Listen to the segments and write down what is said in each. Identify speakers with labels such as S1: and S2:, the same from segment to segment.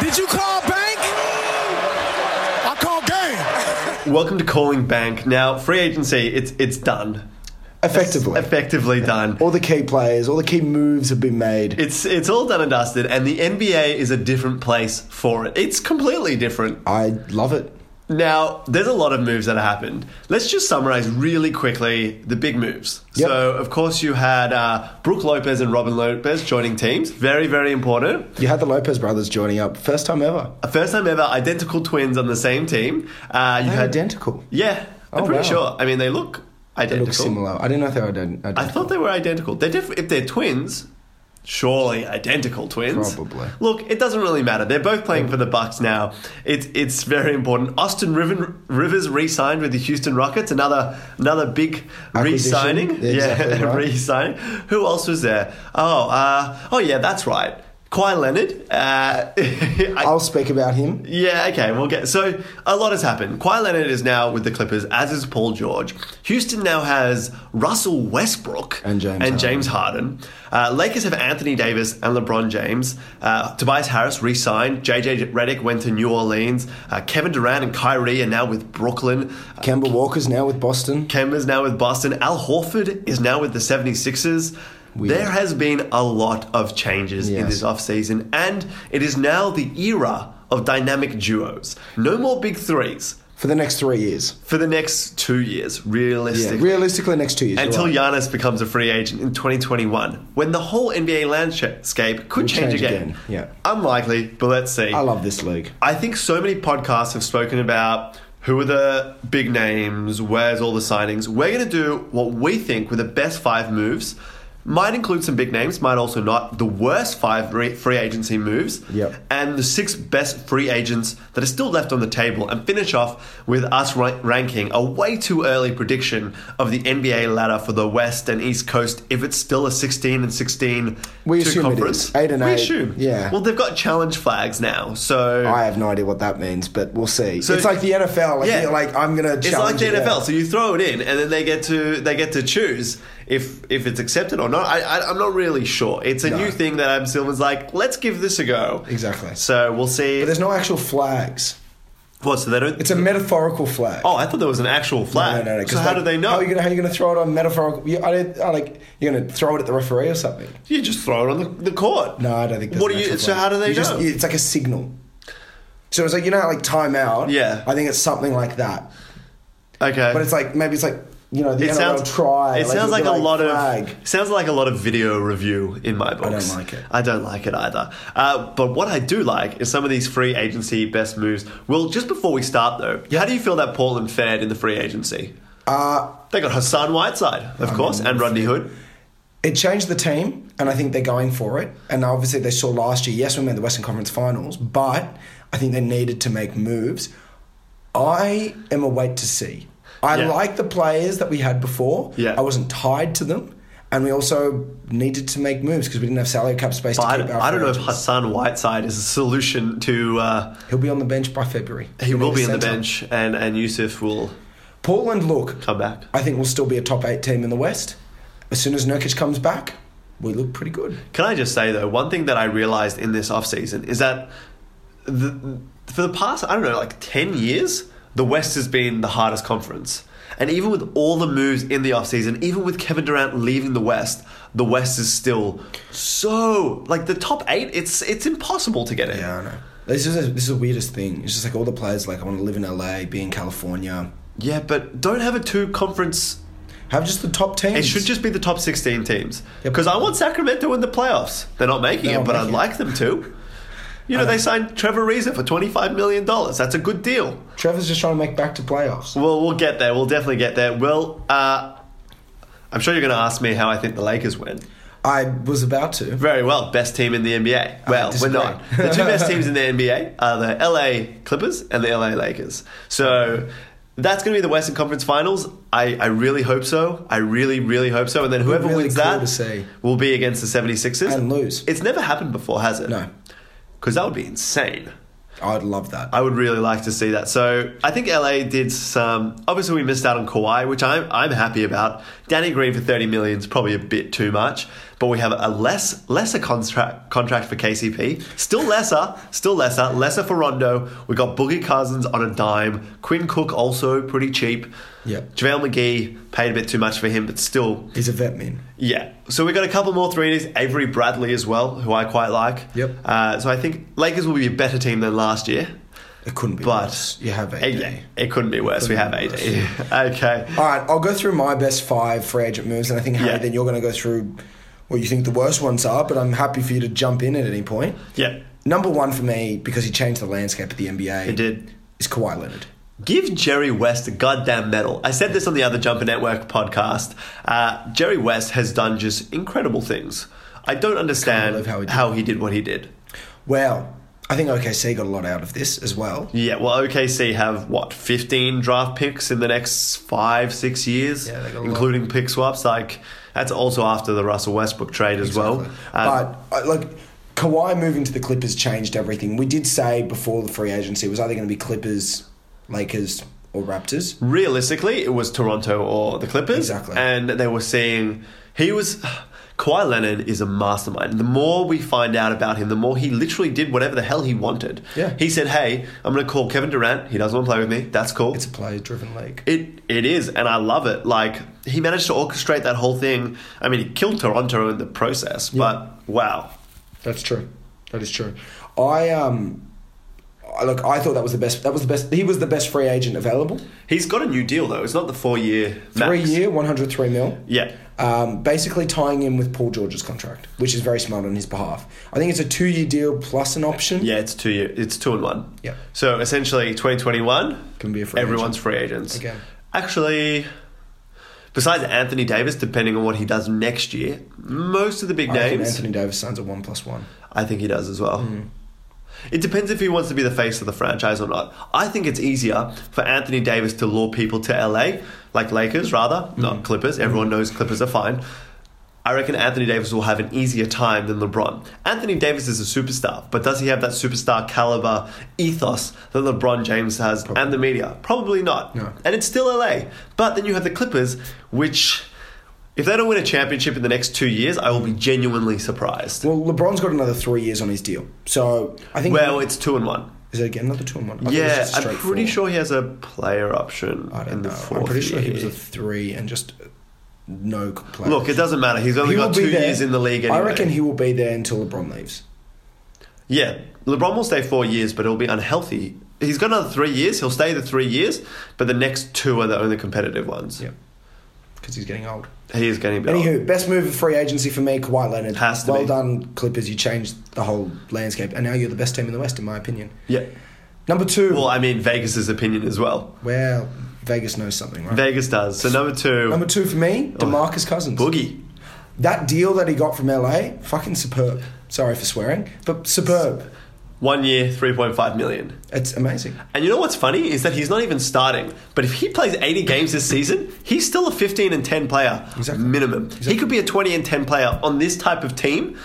S1: Did you call bank? I call game.
S2: Welcome to Calling Bank. Now, free agency, it's it's done.
S3: Effectively.
S2: Effectively done.
S3: all the key players, all the key moves have been made.
S2: It's it's all done and dusted, and the NBA is a different place for it. It's completely different.
S3: I love it.
S2: Now, there's a lot of moves that have happened. Let's just summarize really quickly the big moves.
S3: Yep.
S2: So, of course, you had uh, Brooke Lopez and Robin Lopez joining teams. Very, very important.
S3: You had the Lopez brothers joining up, first time ever.
S2: A First time ever, identical twins on the same team. Uh, you
S3: They're
S2: had
S3: identical.
S2: Yeah, I'm
S3: Oh,
S2: pretty
S3: wow.
S2: sure. I mean, they look
S3: They
S2: identical.
S3: look similar. I didn't know if they were ident- identical.
S2: I thought they were identical. They're diff- if they're twins, surely identical twins.
S3: Probably.
S2: Look, it doesn't really matter. They're both playing for the Bucks now. It's it's very important. Austin Riven- Rivers re-signed with the Houston Rockets. Another another big
S3: Acquisition.
S2: re-signing.
S3: Yeah, exactly right.
S2: re-signing. Who else was there? Oh, uh, oh yeah, that's right. Kawhi Leonard. Uh, I-
S3: I'll speak about him.
S2: yeah, okay, we'll get. So, a lot has happened. Kawhi Leonard is now with the Clippers, as is Paul George. Houston now has Russell Westbrook
S3: And James
S2: Harden.
S3: Harden.
S2: Uh, Lakers have Anthony Davis and LeBron James. Uh, Tobias Harris re signed. JJ Redick went to New Orleans. Uh, Kevin Durant and Kyrie are now with Brooklyn.
S3: Kemba Walker's now with Boston.
S2: Kemba's now with Boston. Al Horford is now with the 76ers. There has been a lot of changes in
S3: Yes.
S2: this offseason, and it is now the era of dynamic duos. No more big threes
S3: For the next three years.
S2: for the next two years,
S3: Yeah,
S2: realistically.
S3: realistically, next two years. you're
S2: Until
S3: right.
S2: Giannis becomes a free agent in 2021, when the whole NBA landscape could change,
S3: change
S2: again.
S3: again, yeah.
S2: Unlikely, but let's see.
S3: I love this league.
S2: I think so many podcasts have spoken about who are the big names, where's all the signings. We're going to do what we think were the best five moves. Might include some big names, might also not. The worst five re- free agency moves,
S3: Yep.
S2: and the six best free agents that are still left on the table, and finish off with us ra- ranking a way too early prediction of the NBA ladder for the West and East Coast if it's still a 16 and 16
S3: We
S2: two
S3: assume it is.
S2: conference.
S3: Eight and
S2: we
S3: eight,
S2: assume,
S3: yeah.
S2: Well, they've got challenge flags now, so
S3: I have no idea what that means, but we'll see.
S2: So-
S3: it's like the NFL. Like,
S2: Yeah.
S3: you're like I'm gonna.
S2: It's like
S3: challenge
S2: the
S3: it, yeah.
S2: NFL. So you throw it in, and then they get to they get to choose if if it's accepted or not. I, I I'm not really sure. It's a
S3: No.
S2: new thing that Adam Silver's like, let's give this a go.
S3: Exactly.
S2: So we'll see.
S3: But there's no actual flags.
S2: What? So they don't.
S3: It's a metaphorical flag.
S2: oh, I thought there was an actual
S3: No,
S2: flag.
S3: no, no, no, 'cause,
S2: so how
S3: like,
S2: do they know?
S3: How are you
S2: you,
S3: gonna, how you gonna throw it on metaphorical? You, I, don't- I like you're gonna throw it at the referee or something.
S2: just throw it on the, the court.
S3: No, I don't think. That's
S2: What
S3: an
S2: do you?
S3: actual
S2: So
S3: flag.
S2: how do they
S3: You
S2: know?
S3: just- it's like a signal. So it's like you know, how, like timeout.
S2: Yeah.
S3: I think it's something like that.
S2: okay.
S3: But it's like maybe it's like you know the
S2: it
S3: NRL
S2: sounds
S3: try.
S2: It sounds
S3: it'll
S2: like,
S3: be
S2: a lot
S3: flag.
S2: of sounds like a lot of video review in my books.
S3: don't like it.
S2: I don't like it either. Uh, but what I do like is some of these free agency best moves. Well, just before we start though, how do you feel that Portland fared in the free agency?
S3: Uh,
S2: They got Hassan Whiteside, of course, and Rodney Hood.
S3: it changed the team, and I think they're going for it. And obviously, they saw last year. Yes, we made the Western Conference Finals, but I think they needed to make moves. I am a wait to see. I
S2: Yeah.
S3: like the players that we had before.
S2: Yeah.
S3: I wasn't tied to them, and we also needed to make moves because we didn't have salary cap space
S2: But
S3: to
S2: I,
S3: keep our.
S2: I don't know if
S3: free agents.
S2: Hassan Whiteside is a solution to. Uh,
S3: he'll be on the bench by February.
S2: he
S3: We
S2: will
S3: need
S2: be
S3: a
S2: on the
S3: centre.
S2: bench, and and Yusuf will
S3: Portland, look,
S2: come back.
S3: I think we'll still be a top eight team in the West. As soon as Nurkic comes back, we look pretty good.
S2: Can I just say though, one thing that I realized in this offseason is that the, for the past, I don't know, like 10 years, the West has been the hardest conference. And even with all the moves in the offseason, even with Kevin Durant leaving the West, the West is still so like the top 8, it's it's impossible to get in.
S3: Yeah, I know. This is this is the weirdest thing. It's just like all the players like I want to live in LA, be in California,
S2: Yeah, but don't have a two conference
S3: have just the top teams.
S2: it should just be the top 16 teams.
S3: Yep.
S2: Because I want Sacramento in the playoffs. They're not making
S3: They're
S2: it,
S3: not
S2: but I'd
S3: making it.
S2: like them to. You know, they signed Trevor Reza for $25 million. That's a good deal.
S3: Trevor's just trying to make back to playoffs.
S2: Well, we'll get there. We'll definitely get there. Well, uh, I'm sure you're going to ask me how I think the Lakers win.
S3: I was about to.
S2: Very well, best team in the NBA. Well, we're
S3: disagree.
S2: not. The two best teams in the NBA are the LA Clippers and the LA Lakers. So that's going to be the Western Conference Finals. I, I really hope so. I really, really hope so. And then whoever
S3: really
S2: wins
S3: cool
S2: that
S3: to see.
S2: will be against the 76ers.
S3: And lose.
S2: It's never happened before, has it?
S3: No.
S2: Because that would be insane.
S3: I'd love that.
S2: I would really like to see that. So I think LA did some. Obviously, we missed out on Kawhi, which I'm I'm happy about. Danny Green for thirty million is probably a bit too much, But we have a less lesser contract contract for KCP, still lesser, still lesser, lesser for Rondo. We got Boogie Cousins on a dime. Quinn Cook also pretty cheap.
S3: Yeah.
S2: JaVale McGee paid a bit too much for him, but still
S3: He's a vet man.
S2: yeah. So we got a couple more 3Ds. Avery Bradley as well, who I quite like.
S3: Yep.
S2: Uh, so I think Lakers will be a better team than last year.
S3: It couldn't be
S2: But
S3: worse. You have
S2: Eh,
S3: AD.
S2: yeah, it couldn't be worse.
S3: Couldn't
S2: we
S3: be
S2: have AD. okay.
S3: All right, I'll go through my best five free agent moves, and I think Harry,
S2: Yeah.
S3: then you're going to go through what you think the worst ones are. But I'm happy for you to jump in at any point.
S2: Yeah.
S3: Number one for me because he changed the landscape of the NBA.
S2: It did.
S3: Is Kawhi Leonard?
S2: Give Jerry West a goddamn medal. I said this on the other Jumper Network podcast. Uh, Jerry West has done just incredible things. I don't understand
S3: believe how he did
S2: what he did.
S3: Well, I think OKC got a lot out of this as well.
S2: Yeah, well, OKC have what fifteen draft picks in the next five, six years,
S3: Yeah, they got a lot.
S2: including pick swaps. Like that's also after the Russell Westbrook trade as well. Um,
S3: but uh, like Kawhi moving to the Clippers changed everything. We did say before the free agency it was either going to be Clippers, Lakers, or Raptors.
S2: realistically, it was Toronto or the Clippers,
S3: Exactly.
S2: and they were seeing he was. Kawhi Leonard is a mastermind. The more we find out about him, the more he literally did whatever the hell he wanted.
S3: Yeah.
S2: He said, "Hey, I'm going to call Kevin Durant. He doesn't want to play with me. That's cool.
S3: It's a player-driven league.
S2: It it is, and I love it. Like he managed to orchestrate that whole thing. I mean, he killed Toronto in the process, but wow.
S3: That's true. That is true. I um, I- look, I thought that was the best. That was the best. He was the best free agent available.
S2: He's got a new deal though. It's not the four year max.
S3: Three year, one hundred three mil.
S2: Yeah.
S3: Um, basically tying in with Paul George's contract, which is very smart on his behalf. I think it's a two year deal plus an option.
S2: Yeah, it's two year. It's two and one.
S3: Yeah.
S2: So essentially, 2021
S3: Can be a free
S2: everyone's free agents.
S3: Again.
S2: Actually, besides Anthony Davis, depending on what he does next year, most of the big
S3: I reckon
S2: names,
S3: Anthony Davis signs a one plus one.
S2: I think he does as well. It depends if he wants to be the face of the franchise or not. I think it's easier for Anthony Davis to lure people to LA, like Lakers rather, not Clippers. Everyone knows Clippers are fine. I reckon Anthony Davis will have an easier time than LeBron. Anthony Davis is a superstar, but does he have that superstar caliber ethos that LeBron James has and the media? Probably not.
S3: No.
S2: And it's still LA. But then you have the Clippers, which, if they don't win a championship in the next two years, I will be genuinely surprised.
S3: Well, LeBron's got another three years on his deal, so I think.
S2: Well, it's two and one.
S3: is it again another two and one? I thought it was
S2: Yeah,
S3: just a
S2: I'm
S3: straight
S2: pretty
S3: four.
S2: sure he has a player option
S3: I
S2: in
S3: don't
S2: the
S3: know.
S2: fourth.
S3: I'm pretty sure he was a
S2: year.
S3: three and just uh, no player.
S2: Look, it doesn't matter. He's only
S3: He will
S2: got
S3: be
S2: two
S3: there.
S2: years in the league. Anyway.
S3: I reckon he will be there until LeBron leaves.
S2: Yeah, LeBron will stay four years, but it'll be unhealthy. He's got another three years. He'll stay the three years, but the next two are the only competitive ones.
S3: Yeah. Because he's getting old.
S2: He is getting a bit. old.
S3: Anywho, best move of free agency for me, Kawhi Leonard.
S2: Oh. Has to
S3: well
S2: be.
S3: done, Clippers. You changed the whole landscape, and now you're the best team in the West, in my opinion.
S2: Yeah.
S3: Number two.
S2: Well,
S3: Well,
S2: I mean Vegas's opinion as well.
S3: Vegas knows something, right?
S2: Vegas does. So number two,
S3: Number two for me,
S2: Oh.
S3: DeMarcus Cousins.
S2: Boogie.
S3: That deal that he got from LA, fucking superb. Sorry for swearing, but superb.
S2: One year, three point five million.
S3: It's amazing.
S2: And you know what's funny is that he's not even starting. But if he plays 80 games this season, he's still a 15 and 10 player
S3: Exactly.
S2: minimum. He could be a 20 and 10 player on this type of team.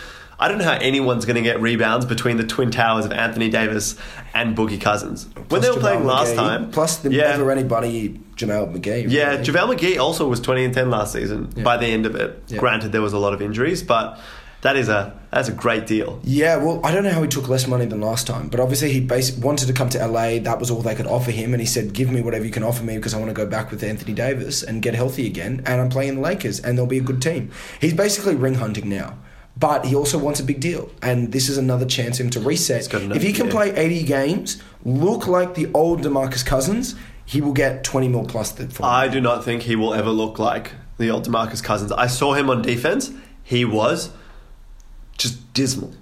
S2: I don't know how anyone's going to get rebounds between the twin towers of Anthony Davis and Boogie Cousins. when
S3: Plus
S2: they were playing
S3: JaVale
S2: last
S3: McGee,
S2: time,
S3: Plus the
S2: yeah,
S3: never anybody Jamal McGee.
S2: yeah,
S3: really.
S2: JaVale McGee also was 20 and 10 last season. By the end of it,
S3: Yeah.
S2: granted there was a lot of injuries, but that is a that's a great deal.
S3: Yeah, well, I don't know how he took less money than last time, but obviously he bas- wanted to come to LA. That was all they could offer him, and he said, "Give me whatever you can offer me because I want to go back with Anthony Davis and get healthy again, and I'm playing the Lakers, and they'll be a good team." He's basically ring hunting now, but he also wants a big deal, and this is another chance for him to reset.
S2: got another-
S3: If he can
S2: yeah.
S3: play 80 games, look like the old DeMarcus Cousins, he will get 20 mil plus the. for-
S2: I do not think he will ever look like the old Demarcus Cousins. I saw him on defense. He was just dismal.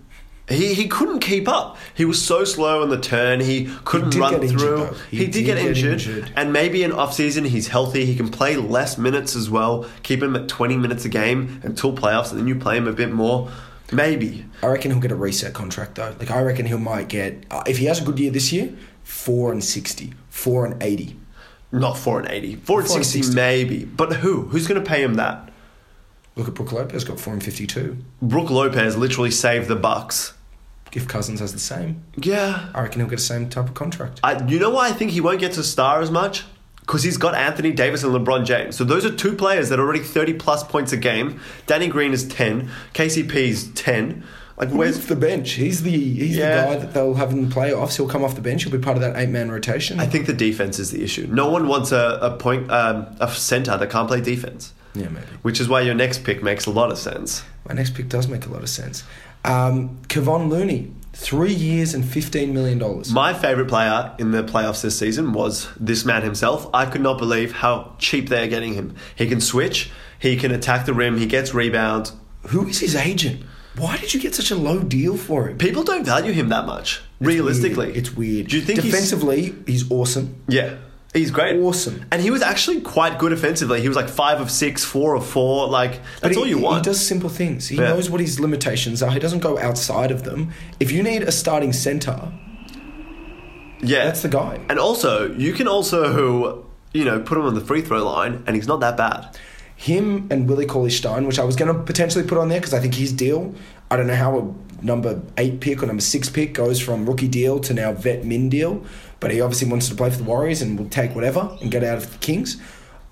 S2: He, he couldn't keep up. He was so slow on the turn. He couldn't
S3: did
S2: run
S3: get injured,
S2: through.
S3: though.
S2: he,
S3: He
S2: did,
S3: did
S2: get,
S3: get
S2: injured,
S3: injured.
S2: And maybe in off season he's healthy. He can play less minutes as well. Keep him at 20 minutes a game until playoffs and then you play him a bit more. Maybe.
S3: I reckon he'll get a reset contract though. Like I reckon he might get uh, if he has a good year this year, four and 60, four and 80.
S2: Not 4 and 80. 4 and
S3: Four and
S2: 60
S3: 60.
S2: maybe. But who? Who's going to pay him that?
S3: Look at Brook Lopez got four and fifty-two.
S2: Brooke Lopez literally saved the Bucks.
S3: If Cousins has the same,
S2: Yeah.
S3: I reckon he'll get the same type of contract.
S2: I, you know why I think he won't get to star as much? because he's got Anthony Davis and LeBron James. So those are two players that are already 30 plus points a game. Danny Green is 10, KCP is 10. Like,
S3: Where's
S2: where's.
S3: the bench? He's the he's
S2: Yeah.
S3: the guy that they'll have in the playoffs. He'll come off the bench. He'll be part of that eight man rotation.
S2: I think the defense is the issue. No one wants a, a point, um, a center that can't play defense.
S3: yeah, maybe.
S2: Which is why your next pick makes a lot of sense.
S3: My next pick does make a lot of sense. Um, Kevon Looney, three years and fifteen million dollars.
S2: My favorite player in the playoffs this season was this man himself. I could not believe how cheap they are getting him. He can switch, he can attack the rim, he gets rebounds.
S3: Who is his agent? Why did you get such a low deal for him?
S2: People don't value him that much, realistically.
S3: It's weird.
S2: Do you think defensively?
S3: defensively he's, awesome?
S2: yeah, he's great,
S3: Awesome.
S2: and he was actually quite good offensively. He was like five of six, four of four. Like that's
S3: But he,
S2: all you
S3: he-
S2: want.
S3: He does simple things. He
S2: Yeah.
S3: knows what his limitations are. He doesn't go outside of them. If you need a starting center,
S2: yeah,
S3: that's the guy.
S2: And also, you can also you know put him on the free throw line, and he's not that bad.
S3: him and Willie Cauley Stein, which I was going to potentially put on there because I think his deal, I don't know how a number eight pick or number six pick goes from rookie deal to now vet min deal, but he obviously wants to play for the Warriors and will take whatever and get out of the Kings.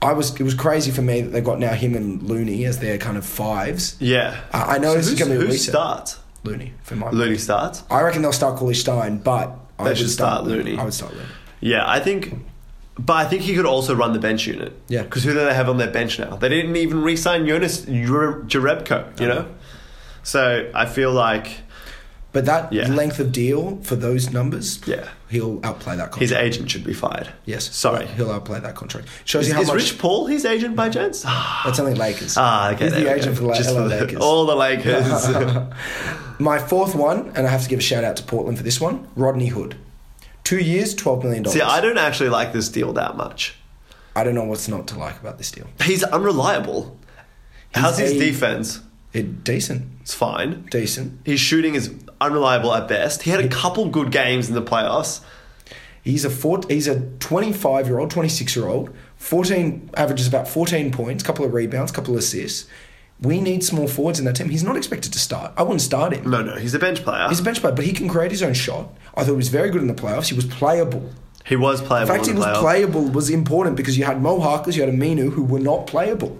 S3: I was it was crazy for me that they got now him and Looney as their kind of fives.
S2: Yeah,
S3: I I know this is
S2: who's-
S3: going to be a
S2: who
S3: reset.
S2: starts.
S3: Looney for my.
S2: Looney starts.
S3: I reckon they'll start Cauley Stein, but I
S2: They
S3: would
S2: should start Looney.
S3: I would start Looney.
S2: Yeah, I think, but I think he could also run the bench unit.
S3: Yeah.
S2: because who do they have on their bench now? They didn't even re-sign Jonas Jure- Jerebko. You know, so I feel like
S3: But that
S2: Yeah.
S3: length of deal for those numbers,
S2: Yeah.
S3: he'll outplay that contract.
S2: his agent should be fired.
S3: yes,
S2: sorry.
S3: he'll outplay that contract. Shows
S2: Is,
S3: you how
S2: is
S3: much
S2: Rich Paul his agent by chance? Ah,
S3: That's only Lakers.
S2: okay.
S3: He's
S2: there we
S3: the
S2: go.
S3: agent for the La-
S2: Just
S3: LA
S2: the-
S3: Lakers.
S2: all the Lakers.
S3: My fourth one, and I have to give a shout out to Portland for this one, Rodney Hood. Two years, $12 million.
S2: See, I don't actually like this deal that much.
S3: I don't know what's not to like about this deal.
S2: He's unreliable. How's his
S3: a-
S2: defense?
S3: It, decent.
S2: It's fine.
S3: Decent.
S2: His shooting is unreliable at best. He had a couple good games in the playoffs.
S3: He's a four, he's a 25 year old, 26 year old, 14 averages about 14 points, couple of rebounds, couple of assists. We need some more forwards in that team. He's not expected to start. I wouldn't start him.
S2: No, no, he's a bench player.
S3: He's a bench player, but he can create his own shot. I thought he was very good in the playoffs. He was playable.
S2: he was
S3: The
S2: playable.
S3: fact he
S2: in the
S3: was
S2: playoffs.
S3: playable was important because you had Mo Harkless, you had Aminu who were not playable.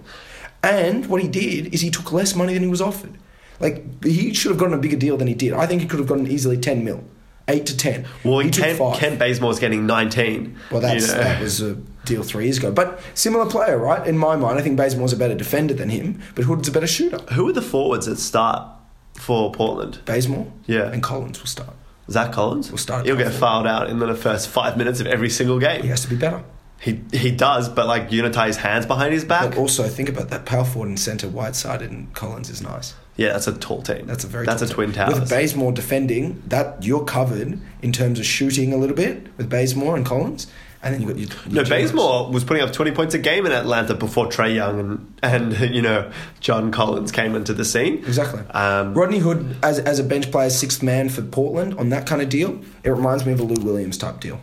S3: And what he did is he took less money than he was offered. Like he should have gotten a bigger deal than he did. I think he could have gotten easily ten mil, eight to ten.
S2: Well,
S3: he
S2: Ken, Ken Bazemore's getting 19.
S3: well, that's,
S2: you know.
S3: that was a deal three years ago. But similar player, right? In my mind, I think Bazemore's a better defender than him, but Hood's a better shooter.
S2: Who are the forwards that start for Portland?
S3: Bazemore,
S2: Yeah.
S3: and Collins will start.
S2: Zach Collins?
S3: We'll start at
S2: He'll
S3: power
S2: get
S3: forward.
S2: fouled out in the first five minutes of every single game.
S3: He has to be better.
S2: He, he does, but like, you know, tie his hands behind his back.
S3: But also think about that power forward and centre wide sided, and Collins is nice.
S2: yeah, that's a tall team.
S3: That's a very
S2: That's
S3: tall
S2: a Twin
S3: team.
S2: Towers.
S3: With Bazemore defending, that you're covered in terms of shooting a little bit with Bazemore and Collins, and then you got your,
S2: No,
S3: your generals.
S2: Bazemore was putting up 20 points a game in Atlanta before Trey Young and, and you know, John Collins came into the scene.
S3: Exactly.
S2: Um,
S3: Rodney Hood as as a bench player, sixth man for Portland on that kind of deal. It reminds me of a Lou Williams type deal,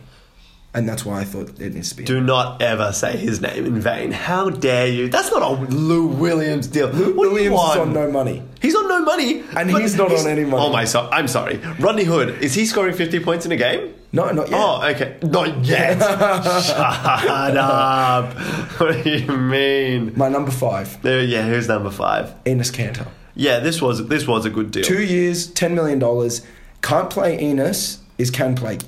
S3: and that's why I thought it needs to be.
S2: Do not ever say his name in vain. How dare you? That's not a Lou Williams deal. Lou
S3: Williams is on no money.
S2: He's on no money,
S3: And
S2: but
S3: he's not on any money.
S2: Oh my, so- I'm sorry. Rodney Hood is he scoring 50 points in a game?
S3: No, not yet.
S2: Oh, okay. Not yet. Shut up. What do you mean?
S3: My number five,
S2: There, yeah, who's number five?
S3: Enos Cantor.
S2: Yeah, this was this was a good deal.
S3: Two years, ten million dollars. Can't play Enos. Is can play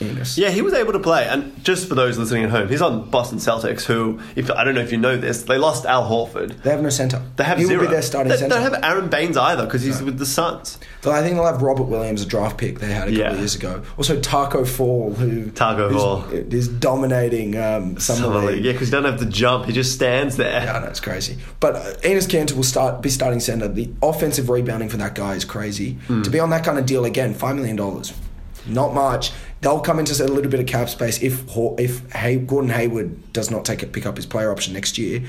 S3: Enos.
S2: Yeah, he was able to play. And just for those listening at home, he's on Boston Celtics, who, if I don't know if you know this, they lost Al Horford.
S3: They have no centre.
S2: They have
S3: he
S2: zero.
S3: will be their starting
S2: they,
S3: centre.
S2: They don't have Aaron Baines either because he's with the Suns.
S3: So I think they'll have Robert Williams, a draft pick they had a couple
S2: Yeah.
S3: of years ago. Also Taco Fall, who
S2: Taco
S3: who's-
S2: Fall.
S3: is dominating um, summer
S2: Summer
S3: league.
S2: league. Yeah, because he doesn't have to jump. He just stands there.
S3: I know it's crazy, but uh, Enos Cantor will start be starting center. The offensive rebounding for that guy is crazy.
S2: Mm.
S3: To be on that kind of deal again, five million dollars, not much. They'll come into a little bit of cap space if Haw- if Hay- Gordon Hayward does not take it, pick up his player option next year. They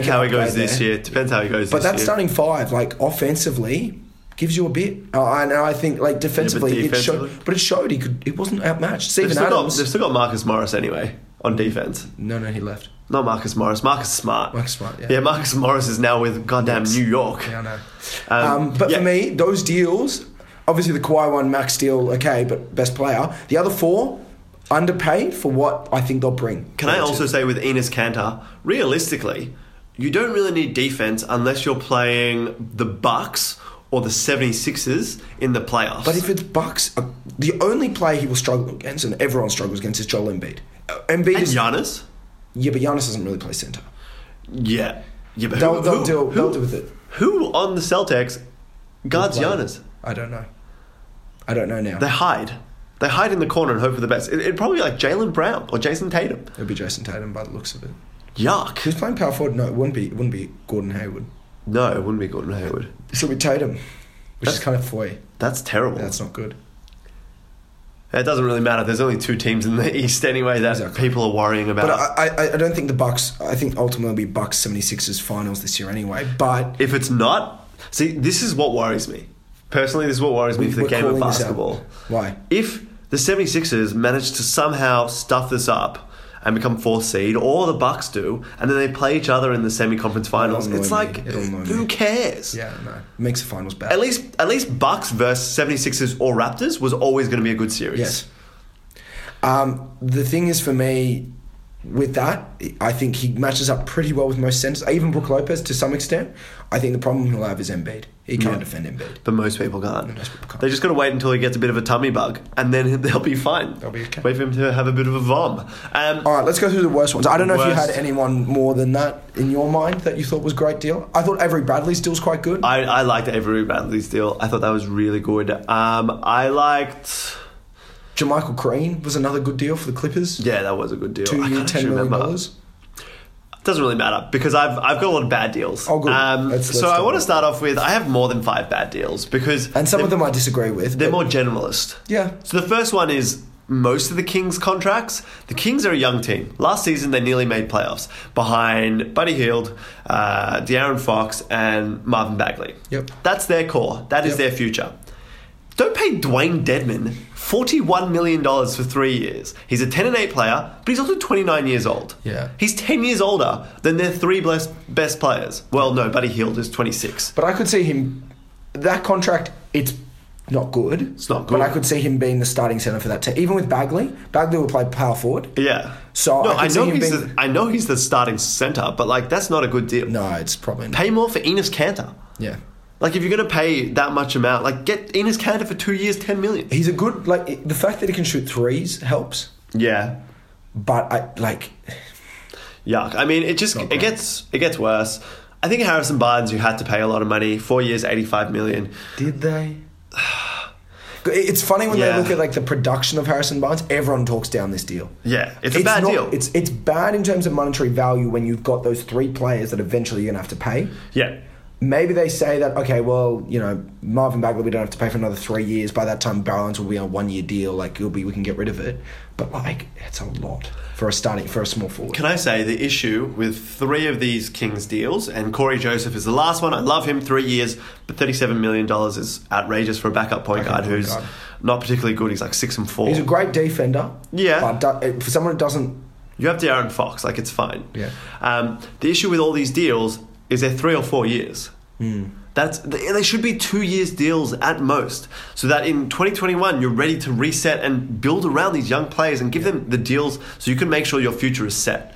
S2: Depends
S3: can
S2: how he
S3: upgrade
S2: goes this
S3: there.
S2: year. Depends how he goes
S3: But
S2: this
S3: that
S2: year.
S3: starting five, like offensively, gives you a bit. Uh, and I think like defensively, it showed.
S2: defensively?
S3: But it showed he could. It wasn't outmatched.
S2: They've
S3: Stephen
S2: still, got,
S3: Adams.
S2: they've still got Marcus Morris anyway on defense.
S3: no, no, he left.
S2: Not Marcus Morris. Marcus Smart.
S3: Marcus Smart, yeah.
S2: Yeah, Marcus Morris is now with goddamn New York.
S3: Yeah, I know.
S2: Um,
S3: Um, but
S2: yeah.
S3: for me, those deals, obviously the Kawhi one, Max deal, okay, but best player. The other four, underpaid for what I think they'll bring.
S2: Can I also say with Enos Kanter, realistically, you don't really need defense unless you're playing the Bucks or the 76ers in the playoffs.
S3: But if it's Bucks, uh, the only player he will struggle against, and everyone struggles against, is Joel Embiid. Uh, Embiid
S2: and
S3: is
S2: Giannis,
S3: yeah, but Giannis doesn't really play center.
S2: yeah, yeah, but
S3: They'll,
S2: who,
S3: they'll
S2: who-
S3: deal.
S2: who-
S3: They'll deal with it.
S2: who on the Celtics guards
S3: Play.
S2: Giannis?
S3: I don't know. I don't know now.
S2: They hide. They hide in the corner and hope for the best. It, it'd probably be like Jalen Brown or Jason Tatum.
S3: It'll be Jason Tatum by the looks of it.
S2: Yuck.
S3: Who's playing power forward? No, it wouldn't be. It wouldn't be Gordon Hayward.
S2: No, it wouldn't be Gordon Hayward.
S3: It'll be Tatum, which
S2: That's-
S3: is kind of foy.
S2: That's terrible.
S3: That's not good.
S2: It doesn't really matter. There's only two teams in the East anyway that
S3: Exactly.
S2: people are worrying about.
S3: But I, I, I don't think the Bucks. I think ultimately it'll be Bucks 76ers finals this year anyway. But
S2: if it's not, see, this is what worries me. Personally, this is what worries me for the
S3: we're
S2: game of
S3: calling this out.
S2: basketball.
S3: Why?
S2: If the 76ers manage to somehow stuff this up and become fourth seed, or the Bucks do, and then they play each other in the semi-conference finals,
S3: annoy
S2: it's
S3: me.
S2: like,
S3: It'll annoy
S2: who
S3: me.
S2: cares?
S3: yeah, no, makes the finals bad.
S2: At least, at least Bucks versus 76ers or Raptors was always going to be a good series.
S3: Yes. Um, the thing is for me, with that, I think he matches up pretty well with most centers, even Brooke Lopez to some extent. I think the problem he'll have is Embiid. He can't
S2: Yeah.
S3: defend Embiid.
S2: But most people can't.
S3: most people can't.
S2: They just got to wait until he gets a bit of a tummy bug, and then they'll be fine.
S3: They'll be okay.
S2: Wait for him to have a bit of a vom. Um,
S3: All right, let's go through the worst ones. I don't know if you had
S2: Worst.
S3: anyone more than that in your mind that you thought was a great deal. I thought Avery Bradley's deal was quite good.
S2: I, I liked Avery Bradley's deal. I thought that was really good. Um, I liked.
S3: Jermichael Green was another good deal for the Clippers.
S2: Yeah, that was a good deal.
S3: Two
S2: I
S3: year,
S2: can't
S3: ten
S2: actually
S3: million
S2: remember.
S3: dollars.
S2: Doesn't really matter because I've I've got a lot of bad deals.
S3: Oh, good.
S2: Um,
S3: Let's- let's
S2: so I
S3: go.
S2: want to start off with I have more than five bad deals because
S3: And some
S2: they're,
S3: of them I disagree with.
S2: they're
S3: but-
S2: more generalist.
S3: Yeah.
S2: So the first one is most of the Kings contracts. The Kings are a young team. Last season they nearly made playoffs behind Buddy Hield, uh, De'Aaron Fox, and Marvin Bagley.
S3: Yep.
S2: That's their core. That is
S3: Yep.
S2: their future. Don't pay Dwayne Dedman forty-one million dollars for three years. He's a ten and eight player, but he's also twenty-nine years old.
S3: Yeah.
S2: He's ten years older than their three best best players. Well, no, Buddy Hield is twenty-six.
S3: But I could see him that contract. It's not good. It's
S2: not
S3: But
S2: good.
S3: I could see him being the starting center for that team, even with Bagley. Bagley will play power forward.
S2: Yeah.
S3: So
S2: no,
S3: I
S2: I,
S3: can see
S2: know
S3: him
S2: he's the,
S3: being-
S2: I know he's the starting center, but like that's not a good deal.
S3: No, it's probably not.
S2: Pay more for Enos Cantor.
S3: Yeah,
S2: Like if you're gonna pay that much amount, like get Enos Cantor for two years, ten million.
S3: he's a good like it- the fact that he can shoot threes helps.
S2: Yeah.
S3: But I like
S2: Yuck. I mean, it just it
S3: great.
S2: gets it gets worse. I think Harrison Barnes, you had to pay a lot of money, four years, eighty-five million.
S3: did they? It's funny when
S2: Yeah.
S3: they look at like the production of Harrison Barnes. Everyone talks down this deal.
S2: Yeah, it's a bad
S3: not-
S2: deal.
S3: It's it's bad in terms of monetary value when you've got those three players that eventually you're gonna have to pay.
S2: yeah,
S3: Maybe they say that, okay, well, you know, Marvin Bagley, we don't have to pay for another three years. By that time, Barons will be on a one year deal. Like, it'll be, we can get rid of it. But, like, it's a lot for a starting, for a small forward.
S2: Can I say the issue with three of these Kings deals, and Corey Joseph is the last one. I love him, three years, but thirty-seven million dollars is outrageous for a backup point
S3: Backup
S2: guard
S3: point
S2: who's
S3: guard.
S2: not particularly good. He's like six and four.
S3: He's a great defender.
S2: Yeah.
S3: But do, for someone who doesn't,
S2: you have De'Aaron Fox, like it's fine.
S3: Yeah.
S2: Um, the issue with all these deals is they're three or four years.
S3: Hmm.
S2: That's they they should be two years deals at most, so that in 2021 you're ready to reset and build around these young players and give them the deals so you can make sure your future is set.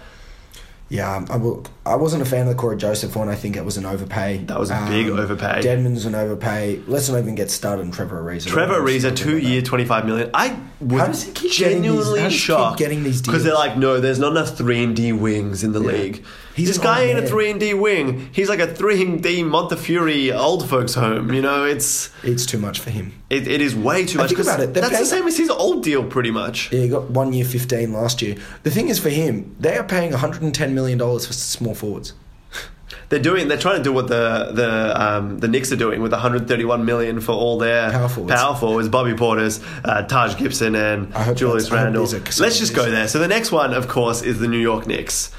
S3: yeah, um, I, will, I wasn't a fan of the Corey Joseph one. I think it was an overpay.
S2: That was a big overpay.
S3: Deadman's an overpay. Let's not even get started on Trevor Ariza.
S2: Trevor Ariza,
S3: Something
S2: two
S3: like that.
S2: year, twenty five million. I was
S3: How does he keep getting these-
S2: genuinely
S3: how does he keep
S2: shocked
S3: getting these
S2: because they're
S3: deals?
S2: like, no, there's not enough three and D wings in the league.
S3: He's
S2: this
S3: an
S2: guy
S3: old
S2: ain't a
S3: man.
S2: three and D wing. He's like a three and D Montefiore old folks home. You know, it's
S3: It's too much for him.
S2: it, it is way too much.
S3: think
S2: 'cause
S3: about it, they're
S2: That's the
S3: paying-
S2: same as his old deal, pretty much.
S3: Yeah, he got one year 15 last year. The thing is for him, they are paying $110 million for small forwards.
S2: They're doing. They're trying to do what the the um, the Knicks are doing with 131 million for all their
S3: Power forwards.
S2: power forwards, Bobby Porter's, uh, Taj Gibson, and
S3: I hope
S2: Julius
S3: that's- I hope
S2: Randle.
S3: these are
S2: Let's just go there. So the next one, of course, is the New York Knicks.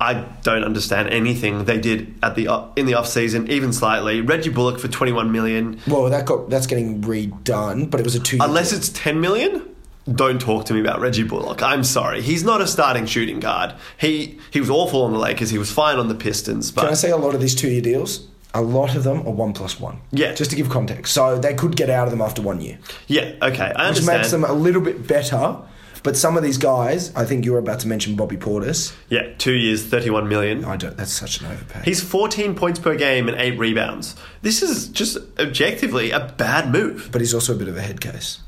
S2: I don't understand anything they did at the o- in the off season, even slightly. Reggie Bullock for 21 million.
S3: Well, that got that's getting redone, but it was a two.
S2: Unless it's 10 million, don't talk to me about Reggie Bullock. I'm sorry. He's not a starting shooting guard. He he was awful on the Lakers. He was fine on the Pistons, but
S3: Can I say a lot of these two-year deals? A lot of them are one plus one.
S2: Yeah.
S3: Just to give context, so they could get out of them after one year,
S2: yeah, okay. I
S3: which
S2: understand.
S3: makes them a little bit better. But some of these guys, I think you were about to mention Bobby Portis.
S2: Yeah, two years, 31 million.
S3: I don't. That's such an overpay.
S2: He's 14 points per game and eight rebounds. This is just objectively a bad move.
S3: but he's also a bit of a head case.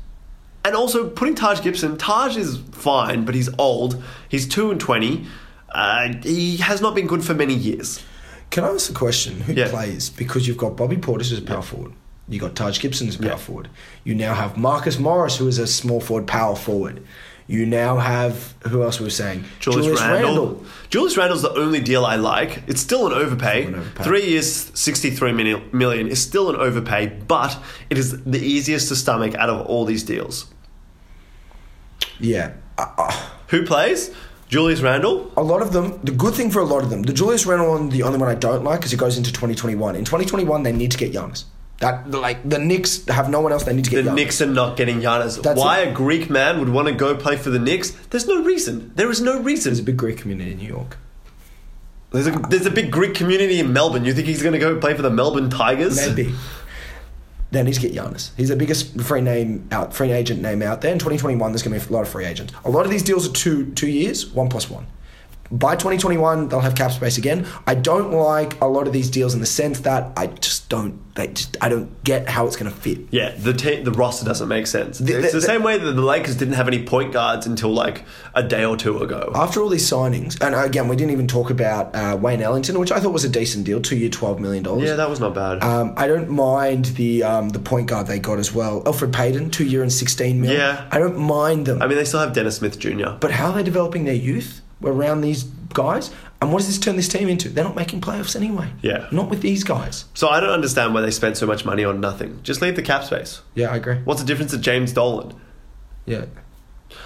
S2: And also putting Taj Gibson, Taj is fine, but he's old. He's 2 and 20. Uh, he has not been good for many years.
S3: Can I ask a question? Who
S2: Yeah.
S3: plays? Because you've got Bobby Portis as a power forward. You got Taj Gibson as a power forward. You now have Marcus Morris, who is a small forward, power forward. You now have who else we were saying?
S2: Julius, Randle.
S3: Randle.
S2: Julius Randle's the only deal I like. It's still an overpay.
S3: An overpay.
S2: Three years, 63 million, million is still an overpay, but it is the easiest to stomach out of all these deals.
S3: Yeah. I- I-
S2: Who plays? Julius Randle.
S3: A lot of them, the good thing for a lot of them, the Julius Randle one, the only one I don't like because it goes into 2021. In 2021, they need to get Giannis. That like the Knicks have no one else. They need to
S2: The
S3: get Giannis.
S2: Knicks are not getting Giannis.
S3: That's
S2: Why
S3: it.
S2: a Greek man would want to go play for the Knicks? There's no reason. There is no reason.
S3: There's a big Greek community in New York.
S2: There's a, there's a big Greek community in Melbourne. You think he's going to go play for the Melbourne Tigers?
S3: Maybe. They need to get Giannis. He's the biggest free name out, free agent name out there. In 2021, there's going to be a lot of free agents. A lot of these deals are two two years, one plus one. By 2021, they'll have cap space again. I don't like a lot of these deals in the sense that I just don't. They just, I don't get how it's going to fit.
S2: Yeah, the ta the roster doesn't make sense.
S3: The-
S2: it's
S3: the-
S2: the, same way that the Lakers didn't have any point guards until like a day or two ago.
S3: After all these signings, and again, we didn't even talk about uh, Wayne Ellington, which I thought was a decent deal, two year, twelve million dollars.
S2: yeah, that was not bad.
S3: Um, I don't mind the um, the point guard they got as well, Alfred Payton, two year and sixteen million.
S2: Yeah.
S3: I don't mind them.
S2: I mean, they still have Dennis Smith Jr.
S3: But how are they developing their youth around these guys? And what does this turn this team into? They're not making playoffs anyway.
S2: Yeah.
S3: Not with these guys.
S2: So I don't understand why they spent so much money on nothing. Just leave the cap space.
S3: Yeah, I agree.
S2: What's the difference to James Dolan?
S3: Yeah.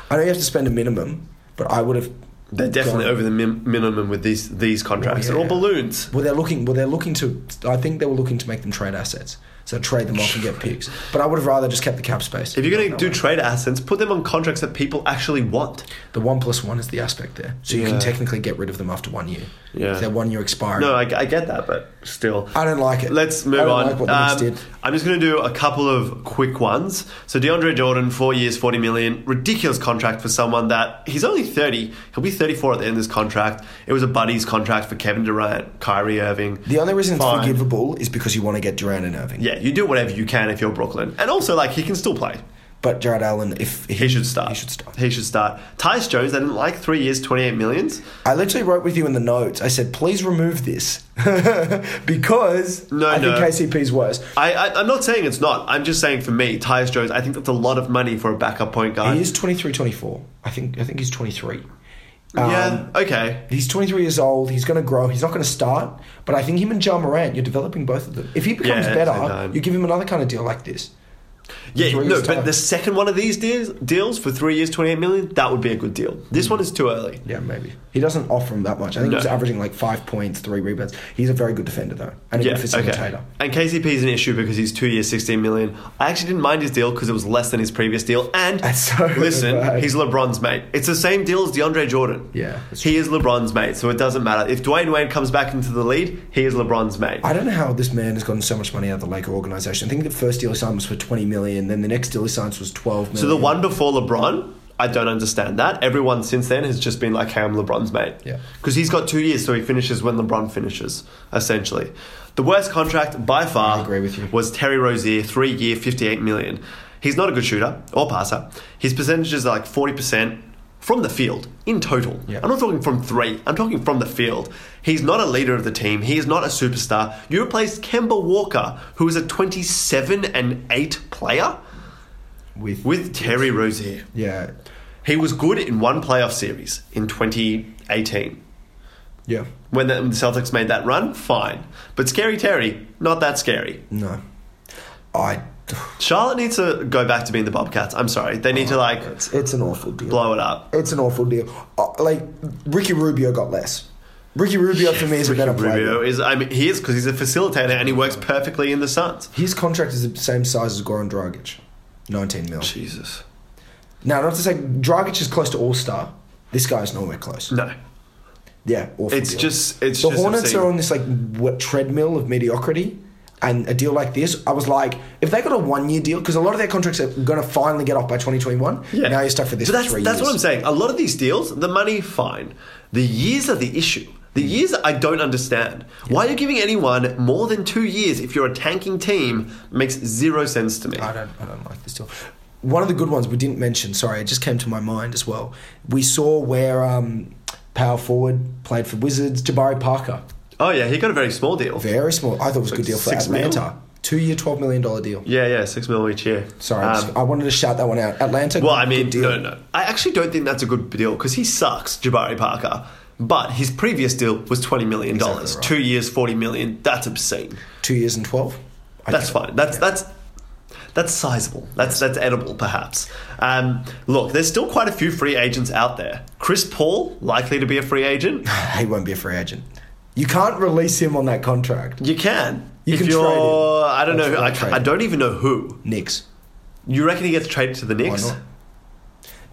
S3: I know you have to spend a minimum, but I would have.
S2: They're definitely
S3: gone-
S2: over the min- minimum with these these contracts.
S3: Yeah.
S2: They're all balloons.
S3: Well, they're looking. Well, they're looking to. I think they were looking to make them trade assets, so trade them off and get picks. But I would have rather just kept the cap space.
S2: If you're going to do trade assets, put them on contracts that people actually want.
S3: the one plus one is the aspect there, so you
S2: Yeah.
S3: can technically get rid of them after one year.
S2: Yeah.
S3: If they're one year expiring.
S2: No, I, I get that, but still.
S3: I don't like it.
S2: Let's
S3: I
S2: move
S3: don't
S2: on.
S3: like what the Knicks
S2: Um,
S3: did.
S2: I'm just going to do a couple of quick ones. So DeAndre Jordan, four years, forty million, ridiculous contract for someone that he's only thirty. He'll be thirty-four at the end of this contract. It was a buddies contract for Kevin Durant, Kyrie Irving.
S3: The only reason it's
S2: Fine.
S3: forgivable is because you want to get Durant and Irving.
S2: yeah, you do whatever you can if you're Brooklyn, and also like he can still play.
S3: But Jared Allen, if
S2: He should start.
S3: he should start.
S2: He should start. Tyus Jones, I didn't like three years, twenty-eight millions.
S3: I literally wrote with you in the notes. I said, please remove this because
S2: No,
S3: I
S2: no.
S3: think KCP's worse.
S2: I, I, I'm not saying it's not. I'm just saying for me, Tyus Jones. I think that's a lot of money for a backup point guard.
S3: He is 23, 24. I think I think he's 23. Um,
S2: yeah. Okay.
S3: He's 23 years old. He's going to grow. He's not going to start. But I think him and John Moran, you're developing both of them. If he becomes
S2: Yeah, I know.
S3: better, you give him another kind of deal like this.
S2: Yeah,
S3: Three
S2: no,
S3: years'
S2: but
S3: time.
S2: the second one of these deals, deals for three years, twenty-eight million, that would be a good deal. This one is too early.
S3: Yeah, maybe. He doesn't offer him that much. I think
S2: No.
S3: he's averaging like five points, three rebounds. He's a very good defender, though, and a
S2: Yeah,
S3: good facilitator.
S2: okay. And KCP is an issue because he's two years, sixteen million. I actually didn't mind his deal because it was less than his previous deal. And
S3: That's so
S2: listen,
S3: bad.
S2: he's LeBron's mate. It's the same deal as DeAndre Jordan.
S3: Yeah, that's
S2: he is LeBron's mate, so it doesn't matter if Dwayne Wade comes back into the lead. He is LeBron's mate.
S3: I don't know how this man has gotten so much money out of the Laker organization. I think the first deal he signed was for 20 million, then the next deal he signed was 12 million.
S2: so the one before LeBron. I don't understand that. Everyone since then has just been like, hey, I'm LeBron's mate.
S3: Yeah.
S2: Because he's got two years, so he finishes when LeBron finishes, essentially. The worst contract by far
S3: I agree with you.
S2: was Terry Rozier, three year, 58 million. He's not a good shooter or passer. His percentages are like 40% from the field in total.
S3: Yeah.
S2: I'm not talking from three, I'm talking from the field. He's not a leader of the team, he is not a superstar. You replaced Kemba Walker, who is a 27 and 8 player,
S3: with,
S2: with Terry Rozier.
S3: yeah,
S2: He was good in one playoff series in 2018.
S3: yeah,
S2: When the when the Celtics made that run, fine. But Scary Terry, not that scary.
S3: no, I.
S2: Charlotte needs to go back to being the Bobcats. I'm sorry. They need to, like,
S3: Oh, It's, it's an awful deal.
S2: blow it up.
S3: It's an awful deal. Uh, like Ricky Rubio got less. Ricky Rubio for me is
S2: Ricky
S3: a better player.
S2: Rubio is, I mean, he is because he's a facilitator and he works perfectly in the Suns.
S3: His contract is the same size as Goran Dragic, 19 mil.
S2: Jesus.
S3: Now, not to say Dragic is close to All Star. This guy's nowhere close.
S2: No.
S3: Yeah, awful
S2: It's
S3: deal.
S2: just, it's
S3: the
S2: just.
S3: Hornets
S2: obscene.
S3: are on this like what treadmill of mediocrity. and a deal like this, I was like, if they got a one year deal, because a lot of their contracts are going to finally get off by 2021, now you're stuck for this
S2: But
S3: for
S2: that's,
S3: three
S2: that's
S3: years.
S2: what I'm saying. A lot of these deals, the money, fine. The years are the issue. The
S3: Hmm.
S2: years I don't understand. Why are you giving anyone more than two years if you're a tanking team? Makes zero sense to me.
S3: I don't, I don't like this deal. One of the good ones we didn't mention, sorry, it just came to my mind as well. We saw where um, power forward played for Wizards, Jabari Parker.
S2: Oh yeah, he got a very small deal.
S3: Very small. I thought it was a good deal for
S2: six mil?
S3: Atlanta. Two year, $12 million deal.
S2: Yeah, yeah, six mil each year.
S3: Sorry, I
S2: Um,
S3: just- I wanted to shout that one out. Atlanta.
S2: well, I mean,
S3: good deal.
S2: no, no. I actually don't think that's a good deal because he sucks, Jabari Parker. But his previous deal was twenty million dollars,
S3: Exactly right.
S2: two years, forty million. That's obscene.
S3: Two years and 12. I
S2: That's
S3: get it.
S2: fine. That's that's that's sizable. That's that's edible, perhaps. Um, look, there's still quite a few free agents out there. Chris Paul likely to be a free agent.
S3: He won't be a free agent. You can't release him on that contract.
S2: You can.
S3: You
S2: if
S3: can
S2: you're,
S3: trade him.
S2: I don't
S3: That's
S2: know.
S3: what
S2: I,
S3: I'm
S2: ca- I
S3: trading.
S2: don't even know who.
S3: Knicks.
S2: You reckon he gets traded to the
S3: Why
S2: Knicks?
S3: not?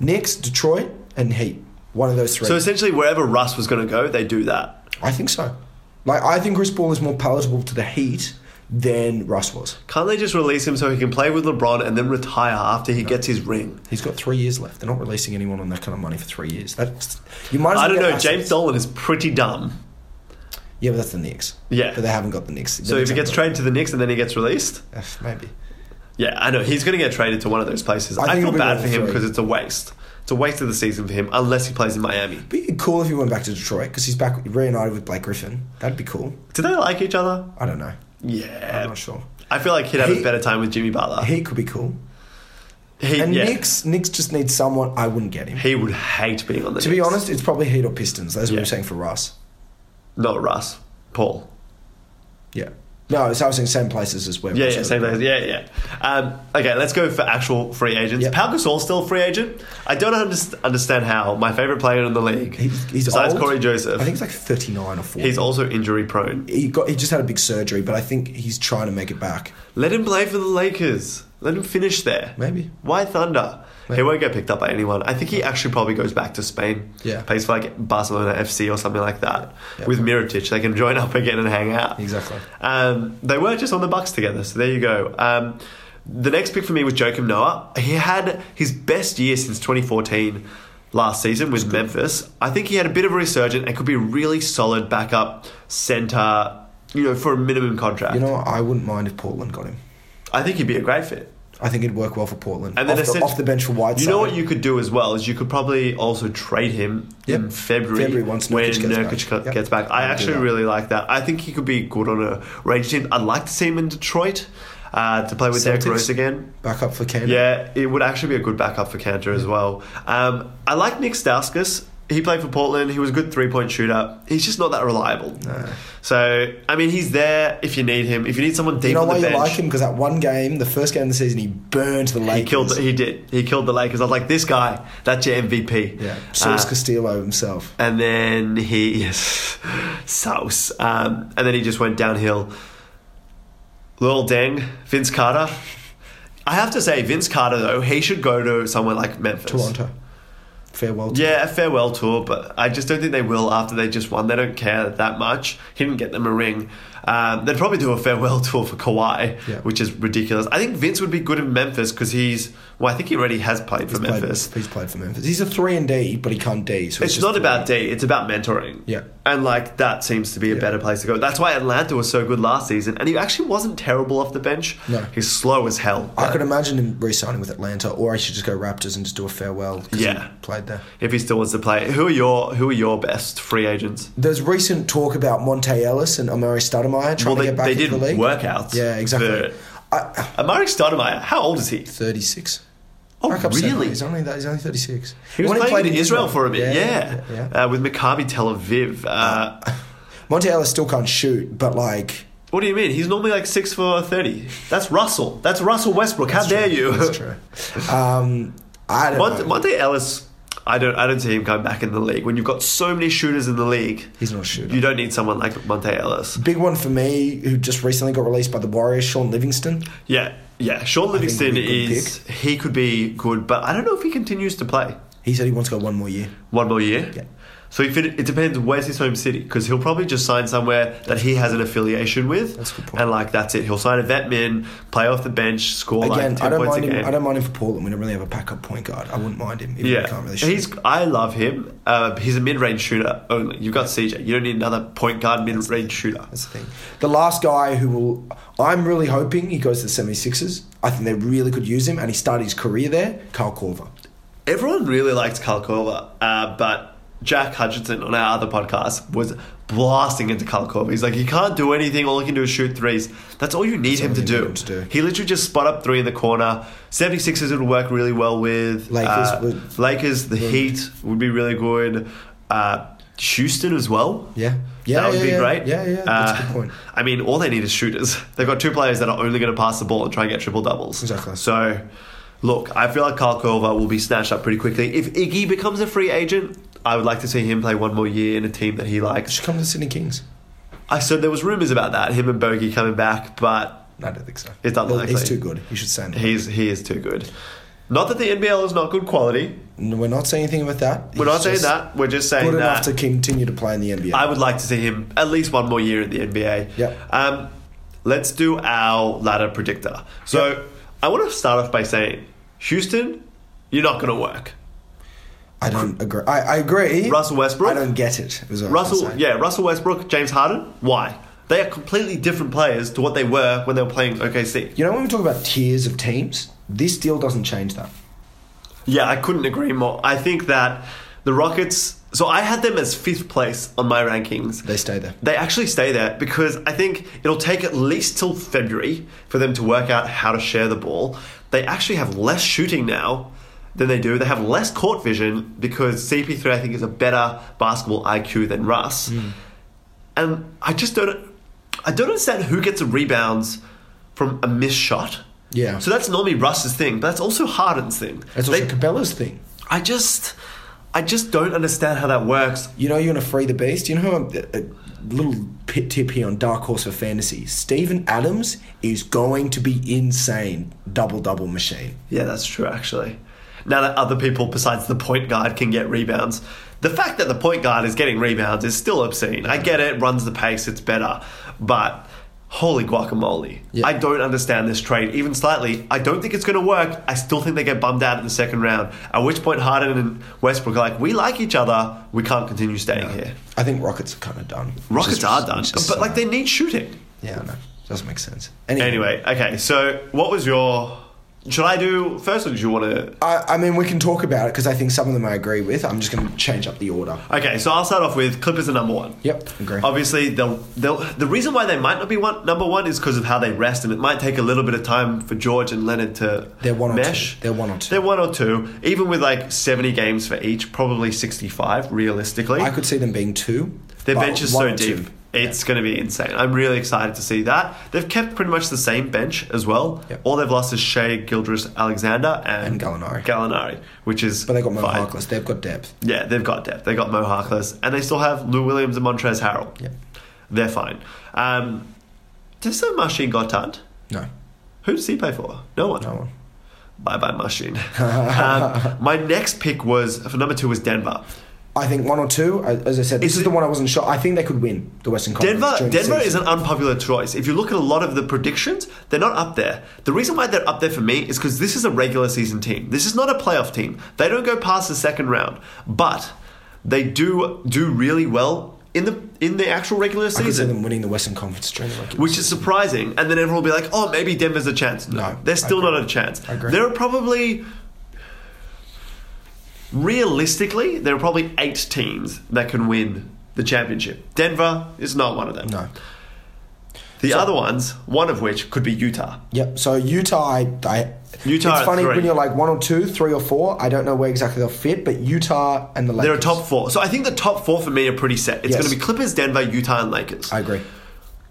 S3: Knicks, Detroit, and Heat. One of those three.
S2: So essentially, wherever Russ was going to go, they do that.
S3: I think so. Like I think Chris Paul is more palatable to the Heat than Russ was.
S2: Can't they just release him so he can play with LeBron and then retire after he gets his ring?
S3: He's got three years left. They're not releasing anyone on that kind of money for three years. That's you might. As well
S2: I don't
S3: get
S2: know.
S3: assets.
S2: James Dolan is pretty dumb.
S3: Yeah, but that's the Knicks.
S2: Yeah.
S3: but they haven't got the Knicks. The
S2: So if
S3: Knicks
S2: he gets
S3: haven't
S2: traded to the Knicks and then he gets released,
S3: got- F, maybe.
S2: Yeah, I know he's going to get traded to one of those places.
S3: I
S2: I,
S3: think
S2: feel
S3: it'll be
S2: bad
S3: one
S2: for
S3: of
S2: him
S3: three.
S2: because it's a waste. It's a waste of the season for him unless he plays in Miami.
S3: Be cool if he went back to Detroit because he's back reunited with Blake Griffin. That'd be cool.
S2: Do they like each other?
S3: I don't know. I'm
S2: Yeah,
S3: not sure.
S2: I feel like he'd have
S3: He-
S2: a better time with Jimmy Butler. He,
S3: He could be cool. And
S2: yeah,
S3: Knicks, Knicks just need someone. I wouldn't get him.
S2: he would hate being on the.
S3: to be
S2: Knicks.
S3: honest, it's probably Heat or Pistons. That's what we were
S2: Yeah.
S3: saying for Russ.
S2: not Russ, Paul.
S3: Yeah. No, it's I was saying same places as where.
S2: Yeah,
S3: Russ
S2: yeah,
S3: was.
S2: same place. Yeah, yeah. Um, okay, let's go for actual free agents.
S3: Yep.
S2: Pau Gasol's still a free agent. I don't underst- understand how my favorite player in the league,
S3: He- he's
S2: besides
S3: old.
S2: Corey Joseph,
S3: I think it's like 39 or 40.
S2: he's also injury prone.
S3: he got he just had a big surgery, but I think he's trying to make it back.
S2: Let him play for the Lakers. Let him finish there.
S3: Maybe.
S2: Why Thunder? He won't get picked up by anyone. I think he actually probably goes back to Spain.
S3: Yeah.
S2: Plays for like Barcelona FC or something like that.
S3: Yeah.
S2: With Mirotic, they can join up again and hang out.
S3: Exactly.
S2: Um, they were just on the Bucks together, so there you go. Um, the next pick for me was Joakim Noah. He had his best year since 2014 last season with Memphis. I think he had a bit of a resurgence and could be a really solid backup center, you know, for a minimum contract.
S3: You know, I wouldn't mind if Portland got him.
S2: I think he'd be a great fit.
S3: I think it'd work well for Portland.
S2: And then
S3: off, the,
S2: essen-
S3: off the bench for Whiteside.
S2: You know what you could do as well is you could probably also trade him
S3: Yep.
S2: in February,
S3: February once
S2: when
S3: Nurkic gets
S2: Nurkic
S3: back.
S2: co-
S3: Yep.
S2: gets back. I
S3: I'll do
S2: actually
S3: that.
S2: really like that. I think he could be good on a range team. I'd like to see him in Detroit uh, to play with Derrick
S3: Celtics.
S2: Rose again.
S3: back up for Canada.
S2: Yeah, it would actually be a good backup for Cantor as well. Um, I like Nick Stauskas. He played for Portland. He was a good three point shooter. He's just not that reliable. So I mean, he's there if you need him. If you need someone deep
S3: You know
S2: on
S3: why
S2: the
S3: you
S2: bench,
S3: like him? Because that one game, the first game of the season, he burned the Lakers.
S2: He killed. The, he did. He killed the Lakers. I was like, this guy. That's your MVP.
S3: yeah,
S2: Uh,
S3: Source Castillo himself.
S2: and then he yes, Sauce. Um, and then he just went downhill. Lil Deng, Vince Carter. I have to say, Vince Carter though, he should go to somewhere like Memphis.
S3: Toronto. Farewell. To
S2: Yeah, a farewell tour, but I just don't think they will after they just won. They don't care that much. He didn't get them a ring. Um, they'd probably do a farewell tour for Kawhi,
S3: Yeah.
S2: which is ridiculous. I think Vince would be good in Memphis because he's, well, I think he already has played for
S3: He's played-
S2: Memphis.
S3: he's played for Memphis. He's a three and D, but he can't D. So
S2: It's
S3: just
S2: not
S3: three.
S2: about D, it's about mentoring.
S3: Yeah.
S2: And like that seems to be a
S3: Yeah.
S2: better place to go. That's why Atlanta was so good last season. And he actually wasn't terrible off the bench.
S3: No.
S2: He's slow as hell.
S3: I could imagine him re-signing with Atlanta, or I should just go Raptors and just do a farewell. 'cause
S2: Yeah.
S3: he played there.
S2: if he still wants to play. Who are your who are your best free agents?
S3: There's recent talk about Monte Ellis and Amari Stoudemire
S2: Well,
S3: trying to
S2: they,
S3: get back
S2: they
S3: into
S2: did
S3: the league.
S2: workouts.
S3: Yeah, exactly.
S2: for-
S3: I,
S2: Amari Stoudemire, how old is he?
S3: 36.
S2: Oh,
S3: Back up seven.
S2: really?
S3: He's only that. He's only 36.
S2: He was
S3: When
S2: playing
S3: played
S2: in Israel, for a bit,
S3: yeah,
S2: yeah.
S3: yeah, Ah.
S2: Uh, with Maccabi Tel Aviv. Uh,
S3: Monte Ellis still can't shoot, but like,
S2: what do you mean? He's normally like six for thirty. That's Russell. That's Russell Westbrook. How dare you?
S3: that's true. Um, I don't
S2: Monte,
S3: know.
S2: Monte Ellis, I don't, I don't see him coming back in the league. When you've got so many shooters in the league,
S3: He's not a shooter.
S2: you don't need someone like Monte Ellis.
S3: Big one for me, who just recently got released by the Warriors, Sean Livingston.
S2: Yeah, yeah. Sean
S3: think he'd
S2: Livingston
S3: be a good
S2: is he could be good, but I don't know if he continues to play.
S3: He said he wants to go one more year.
S2: One more year.
S3: Yeah.
S2: So if it, it depends where's his home city because he'll probably just sign somewhere that he has an affiliation with.
S3: That's a good point.
S2: And like that's it. He'll sign a vet min, play off the bench, score
S3: Again,
S2: like ten
S3: I don't
S2: points
S3: mind
S2: a
S3: him.
S2: game.
S3: I don't mind him for Portland. We don't really have a backup point guard. I wouldn't mind him. Even yeah,
S2: yeah,
S3: he can't really shoot.
S2: he's. I love him. Uh, he's a mid-range shooter only. You've got CJ. You don't need another point guard mid-range shooter.
S3: That's the thing. The last guy who will, I'm really hoping he goes to the 76ers. I think they really could use him, and he started his career there. Kyle Korver.
S2: Everyone really liked Kalkova, uh, but Jack Hutchinson on our other podcast was blasting into Kalkova. He's like, he can't do anything. All he can do is shoot threes. That's all you need, him
S3: all
S2: to,
S3: you need
S2: do.
S3: him to do.
S2: He literally just spot up three in the corner. 76ers would work really well with.
S3: Lakers
S2: uh,
S3: would-
S2: Lakers, the Heat would be really good. Uh, Houston as well.
S3: Yeah. Yeah,
S2: that would
S3: yeah,
S2: be
S3: yeah.
S2: great. Uh,
S3: Yeah, yeah, that's a good point.
S2: I mean, all they need is shooters. They've got two players that are only going to pass the ball and try and get triple doubles.
S3: Exactly.
S2: So, look, I feel like Karl Korver will be snatched up pretty quickly. If Iggy becomes a free agent, I would like to see him play one more year in a team that he likes.
S3: Should come to the Sydney Kings.
S2: I so there was rumors about that him and Bogey coming back, but
S3: No, I don't think so.
S2: It's unlikely.
S3: He's too good. He should stay. in the-
S2: he's he is too good. Not that the NBL is not good quality.
S3: No, We're not saying anything about that.
S2: We're
S3: He's
S2: not saying
S3: just
S2: that. We're just saying
S3: Good enough
S2: that
S3: to continue to play in the NBA.
S2: I would like to see him at least one more year in the NBA.
S3: Yep.
S2: Um, let's do our ladder predictor. So I want to start off by saying, Houston, you're not going to work.
S3: I don't agree. I, I agree.
S2: Russell Westbrook?
S3: I don't get it. is what I was
S2: Russell,
S3: saying.
S2: yeah, Russell Westbrook, James Harden. Why? They are completely different players to what they were when they were playing OKC.
S3: You know when we talk about tiers of teams, this deal doesn't change that.
S2: Yeah, I couldn't agree more. I think that the Rockets. So I had them as fifth place on my rankings.
S3: They stay there.
S2: They actually stay there because I think it'll take at least till February for them to work out how to share the ball. They actually have less shooting now than they do. They have less court vision because CP3, I think, is a better basketball IQ than Russ.
S3: Hmm.
S2: And I just don't. I don't understand who gets the rebounds from a missed shot.
S3: Yeah.
S2: So that's normally Russ's thing, but that's also Harden's thing.
S3: It's also
S2: They-
S3: Cabela's thing.
S2: I just, I just don't understand how that works.
S3: You know you're gonna free the beast. You know who I'm- a, a little pit tip here on Dark Horse for fantasy. Steven Adams is going to be insane. Double double machine.
S2: Yeah, that's true, actually. Now that other people besides the point guard can get rebounds, the fact that the point guard is getting rebounds is still obscene. I get it, runs the pace, it's better. But holy guacamole.
S3: Yeah.
S2: I don't understand this trade, even slightly. I don't think it's going to work. I still think they get bummed out in the second round, at which point Harden and Westbrook are like, we like each other, we can't continue staying here.
S3: I think Rockets are kind of done.
S2: Rockets
S3: Just-
S2: are done,
S3: just,
S2: but
S3: uh,
S2: like they need shooting.
S3: yeah, no, doesn't make sense.
S2: Anyway, okay, so what was your. Should I do first, or did you want to
S3: I, I mean we can talk about it because I think some of them I agree with. I'm just gonna change up the order.
S2: Okay, so I'll start off with Clippers are number one.
S3: Yep, agree.
S2: Obviously, they'll, they'll, the reason why they might not be one, number one is because of how they rest, and it might take a little bit of time for George and Leonard to
S3: They're one or
S2: mesh.
S3: two. They're one or two.
S2: They're one or two. Even with like 70 games for each, probably 65, realistically.
S3: I could see them being two.
S2: Their
S3: but
S2: bench is
S3: one
S2: so
S3: or two.
S2: deep. It's going to be insane. I'm really excited to see that. They've kept pretty much the same bench as well.
S3: Yep.
S2: All they've lost is Shea, Gildress, Alexander, and,
S3: And Gallinari.
S2: Gallinari, which is.
S3: But they got Mo
S2: fine.
S3: Harkless. They've got depth.
S2: Yeah, they've got depth. They got Mo Harkless, and they still have Lou Williams and Montrez Harrell.
S3: Yep.
S2: They're fine. Um, does the machine got tanned?
S3: No,
S2: Who does he play for? No one.
S3: no one.
S2: Bye bye machine. um, my next pick was for number two was Denver.
S3: I think one or two. I- As I said, this
S2: Is
S3: is
S2: it-
S3: the one I wasn't sure. I think they could win the Western Conference.
S2: Denver,
S3: during the
S2: Denver
S3: season.
S2: is an unpopular choice. If you look at a lot of the predictions, they're not up there. The reason why they're up there for me is because this is a regular season team. This is not a playoff team. They don't go past the second round, but they do do really well in the in the actual regular
S3: I could see
S2: season.
S3: them winning the Western Conference during the regular
S2: which is surprising. And then everyone will be like, "Oh, maybe Denver's a chance." No,
S3: No,
S2: they're still
S3: I agree.
S2: not a chance.
S3: I agree.
S2: There are probably, realistically, there are probably eight teams that can win the championship. Denver is not one of them.
S3: No.
S2: The other ones, one of which could be Utah.
S3: Yep. So Utah, I, I
S2: Utah at
S3: It's funny
S2: three.
S3: when you're like one or two, three or four. I don't know where exactly they'll fit, but Utah and the Lakers.
S2: There are top four. So I think the top four for me are pretty set. It's
S3: Yes.
S2: going to be Clippers, Denver, Utah, and Lakers.
S3: I agree.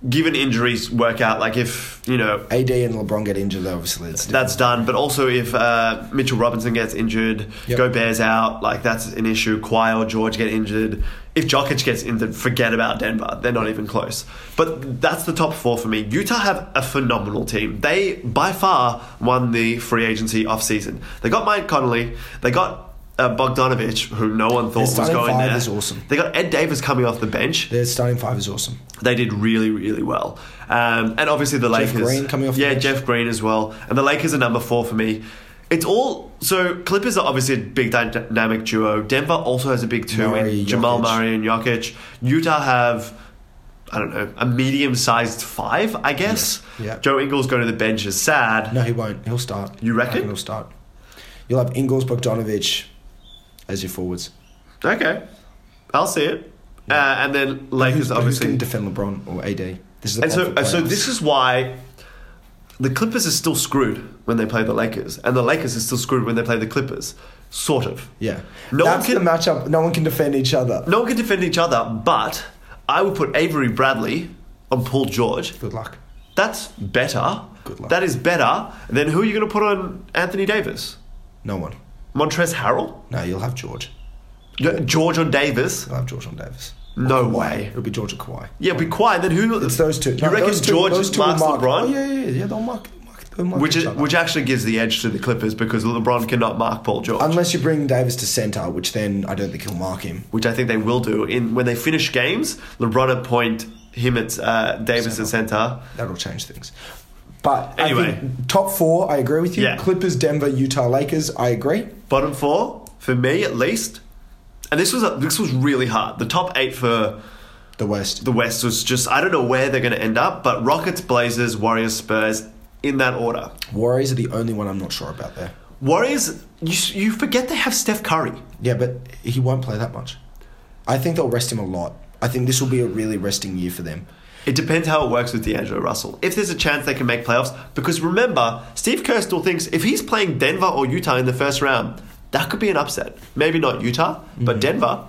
S2: Given injuries work out, like if, you know,
S3: AD and LeBron get injured, obviously. It's different.
S2: that's done. But also, if uh, Mitchell Robinson gets injured,
S3: Yep.
S2: Go Bears out, like that's an issue. Kawhi or George get injured. If Jokic gets injured, forget about Denver. They're not even close. But that's the top four for me. Utah have a phenomenal team. They by far won the free agency offseason. They got Mike Connolly. They got uh, Bogdanovich, who no one thought was
S3: starting
S2: going
S3: five
S2: there,
S3: is awesome.
S2: They got Ed Davis coming off the bench.
S3: Their starting five is awesome.
S2: They did really, really well. Um, and obviously the
S3: Jeff
S2: Lakers.
S3: Green coming off the
S2: Yeah,
S3: bench.
S2: Jeff Green as well. And the Lakers are number four for me. It's all so Clippers are obviously a big dy- dynamic duo. Denver also has a big two
S3: Murray,
S2: in Jamal
S3: Jokic.
S2: Murray and Jokic. Utah have I don't know a medium-sized five, I guess.
S3: Yeah. Yeah.
S2: Joe Ingles going to the bench is sad.
S3: No, he won't. He'll start.
S2: You
S3: I
S2: reckon?
S3: reckon he'll start. You'll have Ingles, Bogdanovich as your forwards.
S2: Okay, I'll see it. Uh, and then
S3: Who's
S2: Lakers
S3: obviously
S2: obviously
S3: going to defend LeBron or AD? This is the
S2: And so,
S3: problem for
S2: so
S3: playoffs.
S2: this is why the Clippers are still screwed when they play the Lakers, and the Lakers are still screwed when they play the Clippers, sort of.
S3: yeah.
S2: No one
S3: That's
S2: can-
S3: the matchup. No one can defend each other.
S2: No one can defend each other, but I would put Avery Bradley on Paul George.
S3: Good luck.
S2: That's better.
S3: Good luck.
S2: That is better than who are you going to put on Anthony Davis,
S3: No one.
S2: Montrez Harrell,
S3: No, you'll have George.
S2: Yeah, George on Davis.
S3: You'll have George on Davis.
S2: No way.
S3: It'll be George or Kawhi.
S2: Yeah, be quiet. Then who?
S3: It's those two.
S2: You
S3: No,
S2: reckon
S3: those two,
S2: George
S3: those two will
S2: marks
S3: mark-
S2: LeBron?
S3: Oh, yeah, yeah, yeah. They'll mark. They'll mark, they'll mark
S2: Which
S3: each
S2: is,
S3: other.
S2: which actually gives the edge to the Clippers because LeBron cannot mark Paul George.
S3: Unless you bring Davis to center, which then I don't think he'll mark him.
S2: which I think they will do. In when they finish games, LeBron appoint him at uh, Davis at center.
S3: That'll change things. But I
S2: Anyway.
S3: think top four, I agree with you.
S2: Yeah.
S3: Clippers, Denver, Utah, Lakers, I agree.
S2: Bottom four for me, at least. And this was a, this was really hard. The top eight for
S3: The West.
S2: the West was just I don't know where they're going to end up, but Rockets, Blazers, Warriors, Spurs in that order.
S3: Warriors are the only one I'm not sure about there.
S2: Warriors, you s- you forget they have Steph Curry.
S3: Yeah, but he won't play that much. I think they'll rest him a lot. I think this will be a really resting year for them.
S2: It depends how it works with D'Angelo Russell. If there's a chance they can make playoffs, because remember, Steve Kerr still thinks if he's playing Denver or Utah in the first round, that could be an upset. Maybe not Utah, but Denver.